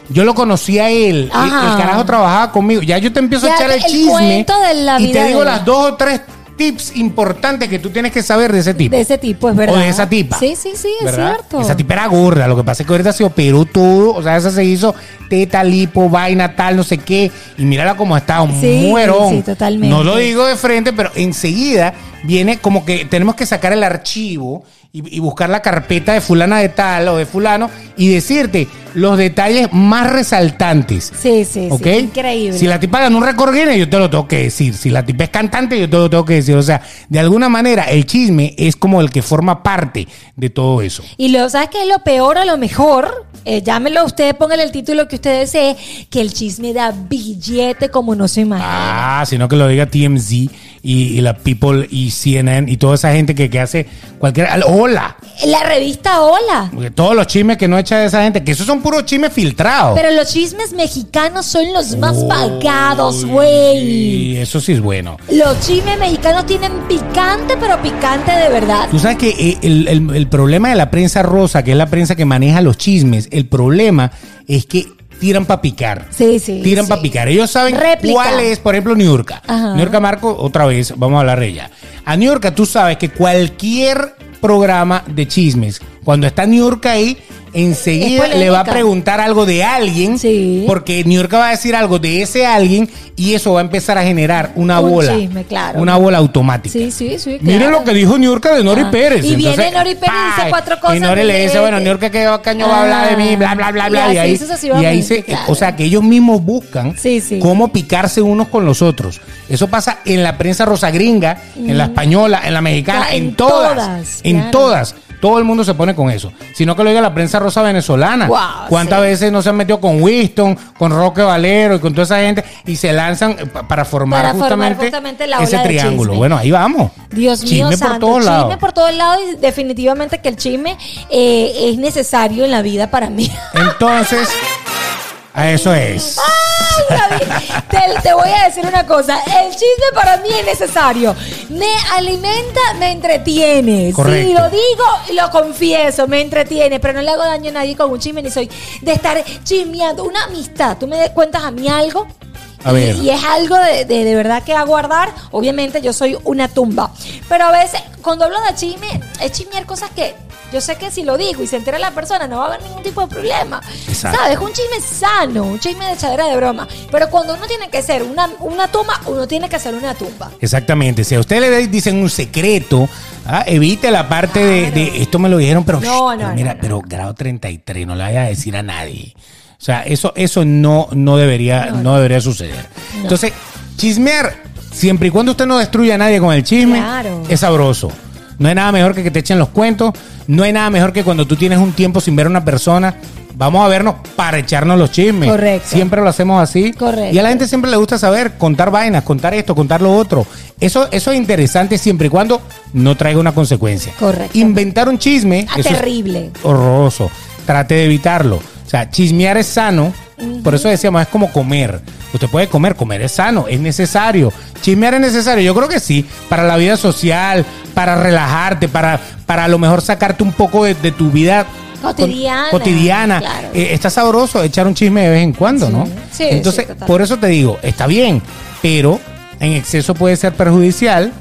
Speaker 1: Yo lo conocí a él. El,
Speaker 2: Ajá.
Speaker 1: el carajo trabajaba conmigo. Ya yo te empiezo
Speaker 2: Ya
Speaker 1: a echar el,
Speaker 2: el
Speaker 1: chisme.
Speaker 2: cuento de la
Speaker 1: y
Speaker 2: vida
Speaker 1: te
Speaker 2: de
Speaker 1: digo
Speaker 2: él.
Speaker 1: las dos o tres tips importantes que tú tienes que saber de ese tipo.
Speaker 2: De ese tipo, es verdad.
Speaker 1: O de esa tipa.
Speaker 2: Sí, sí, sí, es
Speaker 1: ¿verdad?
Speaker 2: cierto.
Speaker 1: Esa tipa era gorda. Lo que pasa es que ahorita se operó todo. O sea, esa se hizo teta, lipo, vaina, tal, no sé qué. Y mírala como está, un
Speaker 2: Sí,
Speaker 1: muerón.
Speaker 2: sí, totalmente.
Speaker 1: No lo digo de frente, pero enseguida viene como que tenemos que sacar el archivo y, y buscar la carpeta de fulana de tal o de fulano y decirte los detalles más resaltantes.
Speaker 2: Sí, sí, sí.
Speaker 1: ¿Ok?
Speaker 2: Increíble.
Speaker 1: Si la tipa ganó un récord Guinness, yo te lo tengo que decir. Si la tipa es cantante, yo te lo tengo que decir. O sea, de alguna manera, el chisme es como el que forma parte de todo eso.
Speaker 2: Y lo, ¿sabes qué es lo peor o lo mejor? Eh, llámelo usted, póngale el título que usted desee, que el chisme da billete como no se imagina.
Speaker 1: Ah, sino que lo diga TMZ y, y la People y CNN y toda esa gente que, que hace cualquier. al- ¡Hola!
Speaker 2: La revista Hola.
Speaker 1: Porque Todos los chismes que Ah. no echa esa gente, que esos son puros chismes filtrados.
Speaker 2: Pero los chismes mexicanos son los más
Speaker 1: Uy,
Speaker 2: pagados, güey.
Speaker 1: Y eso sí es bueno.
Speaker 2: Los chismes mexicanos tienen picante, pero picante de verdad.
Speaker 1: Tú sabes que eh, el, el- el problema de la prensa rosa, que es la prensa que maneja los chismes, el problema es que tiran para picar.
Speaker 2: Sí, sí.
Speaker 1: Tiran
Speaker 2: sí.
Speaker 1: para picar. Ellos saben
Speaker 2: Réplica.
Speaker 1: cuál es, por ejemplo, New York.
Speaker 2: Ajá.
Speaker 1: New York Marco, otra vez, vamos a hablar de ella. A New York, tú sabes que cualquier programa de chismes, cuando está New York ahí, enseguida
Speaker 2: Es polémica.
Speaker 1: le va a preguntar algo de alguien,
Speaker 2: Sí.
Speaker 1: porque New York va a decir algo de ese alguien y eso va a empezar a generar una
Speaker 2: Un
Speaker 1: bola.
Speaker 2: chisme, claro.
Speaker 1: Una bola automática.
Speaker 2: Sí, sí, sí.
Speaker 1: Miren
Speaker 2: claro.
Speaker 1: lo que dijo New York de Nori
Speaker 2: Ah.
Speaker 1: Pérez.
Speaker 2: Y viene Nori Pérez y dice
Speaker 1: ¡pay!
Speaker 2: cuatro cosas
Speaker 1: Y Nori le
Speaker 2: de-
Speaker 1: dice, bueno, New York que caño va a hablar de mí, bla, bla, bla,
Speaker 2: Y
Speaker 1: bla. Y
Speaker 2: así
Speaker 1: ahí, y ahí se,
Speaker 2: sucesivamente,
Speaker 1: o sea, que ellos mismos buscan
Speaker 2: Sí, sí.
Speaker 1: cómo picarse unos con los otros. Eso pasa en la prensa rosa gringa, en la española, en la mexicana,
Speaker 2: Ah,
Speaker 1: en,
Speaker 2: Mm. en
Speaker 1: todas,
Speaker 2: todas,
Speaker 1: en
Speaker 2: claro.
Speaker 1: todas. Todo el mundo se pone con eso. Sino que lo diga la prensa rosa venezolana.
Speaker 2: Wow,
Speaker 1: ¿Cuántas
Speaker 2: sí.
Speaker 1: veces no se han metido con Winston, con Roque Valero y con toda esa gente y se lanzan eh, pa- para formar,
Speaker 2: Para formar
Speaker 1: justamente,
Speaker 2: justamente la
Speaker 1: ese
Speaker 2: ola de
Speaker 1: triángulo?
Speaker 2: chisme.
Speaker 1: Bueno, ahí vamos.
Speaker 2: Dios mío,
Speaker 1: Chisme por
Speaker 2: santo,
Speaker 1: todos
Speaker 2: chisme
Speaker 1: lados.
Speaker 2: por todos lados y definitivamente que el chisme eh, es necesario en la vida para mí.
Speaker 1: Entonces, a eso es.
Speaker 2: Ay, David, te, te voy a decir una cosa, el chisme para mí es necesario, me alimenta, me entretiene, sí,
Speaker 1: Correcto.
Speaker 2: lo digo y lo confieso, me entretiene, pero no le hago daño a nadie con un chisme, ni soy de estar chismeando, una amistad, tú me cuentas a mí algo.
Speaker 1: A
Speaker 2: y-
Speaker 1: ver.
Speaker 2: Y, es algo de, de, de verdad que aguardar. Obviamente yo soy una tumba. Pero a veces cuando hablo de chisme, es chismear cosas que yo sé que si lo digo y se entera la persona no va a haber ningún tipo de problema.
Speaker 1: Exacto.
Speaker 2: ¿Sabes? Es un chisme sano, un chisme de echadera de broma. Pero cuando uno tiene que ser una, una tumba, uno tiene que hacer una tumba.
Speaker 1: Exactamente. Si a usted le dicen un secreto, ah, evite la parte de, de- esto me lo dijeron, pero,
Speaker 2: No,
Speaker 1: shh, pero
Speaker 2: no,
Speaker 1: mira,
Speaker 2: no, no.
Speaker 1: pero grado 33, no le vaya a decir a nadie. O sea, eso, eso no, no debería, no, debería suceder. Entonces, chismear, siempre y cuando usted no destruya a nadie con el chisme,
Speaker 2: Claro.
Speaker 1: es sabroso. No hay nada mejor que que te echen los cuentos. No hay nada mejor que cuando tú tienes un tiempo sin ver a una persona. Vamos a vernos para echarnos los chismes.
Speaker 2: Correcto.
Speaker 1: Siempre lo hacemos así.
Speaker 2: Correcto.
Speaker 1: Y a la gente siempre le gusta saber, contar vainas, contar esto, contar lo otro. Eso, eso es interesante siempre y cuando no traiga una consecuencia.
Speaker 2: Correcto.
Speaker 1: Inventar un chisme
Speaker 2: Ah,
Speaker 1: eso es
Speaker 2: terrible.
Speaker 1: horroroso. Trate de evitarlo. O sea, chismear es sano. Por eso decíamos, es como comer. Usted puede comer, comer es sano, es necesario. Chismear es necesario, yo creo que sí, para la vida social, para relajarte, para, para a lo mejor sacarte un poco de, de tu vida con-
Speaker 2: Cotidiana,
Speaker 1: cotidiana.
Speaker 2: claro.
Speaker 1: Eh, está sabroso echar un chisme de vez en cuando, ¿no?
Speaker 2: sí,
Speaker 1: Entonces,
Speaker 2: sí, total.
Speaker 1: por eso te digo, está bien, pero en exceso puede ser perjudicial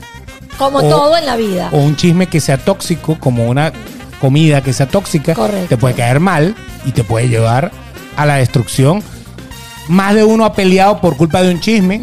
Speaker 2: Como
Speaker 1: O-
Speaker 2: todo en la vida.
Speaker 1: o un chisme que sea tóxico, como una comida que sea tóxica,
Speaker 2: Correcto.
Speaker 1: te puede caer mal y te puede llevar a la destrucción. Más de uno ha peleado por culpa de un chisme,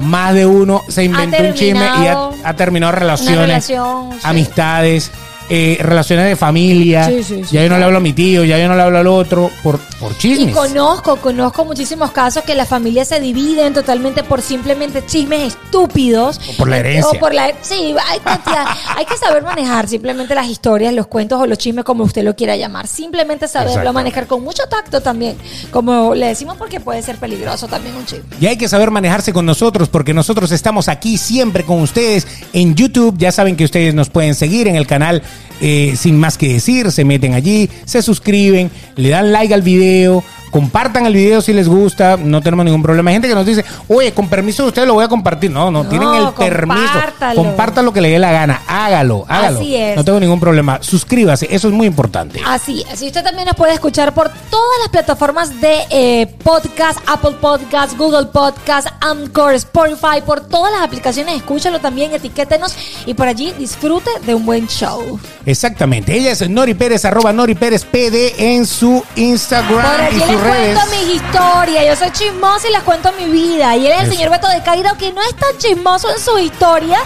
Speaker 1: más de uno se inventó un chisme y ha,
Speaker 2: terminado
Speaker 1: ha terminado
Speaker 2: una
Speaker 1: relaciones,
Speaker 2: relación, sí.
Speaker 1: amistades, eh, relaciones de familia.
Speaker 2: Sí, sí, sí,
Speaker 1: ya yo no le hablo a mi tío, ya yo no le hablo al otro, por, por
Speaker 2: Y
Speaker 1: chismes.
Speaker 2: conozco, conozco muchísimos casos que las familias se dividen totalmente por simplemente chismes estúpidos.
Speaker 1: O por la herencia.
Speaker 2: O por la, sí, hay, cantidad- hay que saber manejar simplemente las historias, los cuentos o los chismes, como usted lo quiera llamar. Simplemente saberlo
Speaker 1: Exacto.
Speaker 2: manejar con mucho tacto también, como le decimos, porque puede ser peligroso también un chisme.
Speaker 1: Y hay que saber manejarse con nosotros porque nosotros estamos aquí siempre con ustedes en YouTube. Ya saben que ustedes nos pueden seguir en el canal eh, sin más que decir. Se meten allí, se suscriben, le dan like al video. Compartan el video si les gusta, no tenemos ningún problema. Hay gente que nos dice, oye, con permiso de ustedes lo voy a compartir. No, no,
Speaker 2: No,
Speaker 1: tienen el permiso.
Speaker 2: compártalo.
Speaker 1: Compartan lo que le dé la gana, hágalo, hágalo.
Speaker 2: Así es.
Speaker 1: No tengo ningún problema. Suscríbase, eso es muy importante.
Speaker 2: Así es. Y usted también nos puede escuchar por todas las plataformas de eh, podcast, Apple Podcast, Google Podcast, Anchor, Spotify, por todas las aplicaciones. Escúchalo también, etiquétenos y por allí disfrute de un buen show.
Speaker 1: Exactamente. Ella es Nori Pérez, arroba Nori Pérez PD en su
Speaker 2: Por
Speaker 1: Instagram
Speaker 2: allí
Speaker 1: y
Speaker 2: les
Speaker 1: sus redes.
Speaker 2: cuento mis historias. Yo soy chismosa y les cuento mi vida. Y él es el
Speaker 1: Eso.
Speaker 2: señor Beto de Cairo que no es tan chismoso en su historia.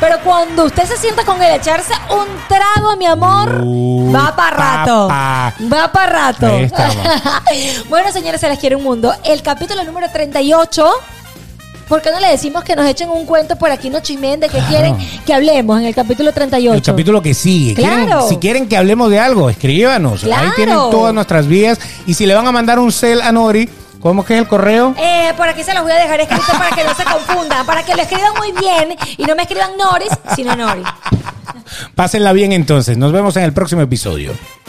Speaker 2: Pero cuando usted se sienta con él a echarse un trago, mi amor,
Speaker 1: Uy,
Speaker 2: va para rato.
Speaker 1: papá.
Speaker 2: Va para rato.
Speaker 1: Ahí estamos.
Speaker 2: bueno, señores, se les quiere un mundo. El capítulo número 38. ¿Por qué no le decimos que nos echen un cuento por aquí, no chismen de qué
Speaker 1: Claro.
Speaker 2: quieren que hablemos en el capítulo 38?
Speaker 1: El capítulo que sigue. ¿Quieren-
Speaker 2: Claro.
Speaker 1: si quieren que hablemos de algo, escríbanos. Ahí
Speaker 2: Claro.
Speaker 1: tienen todas nuestras vías. Y si le van a mandar un cel a Nori, ¿cómo que es el correo?
Speaker 2: Eh, por aquí se los voy a dejar escrito para que no se confundan, para que lo escriban muy bien y no me escriban Noris, sino Nori. Eh.
Speaker 1: Pásenla bien entonces. Nos vemos en el próximo episodio.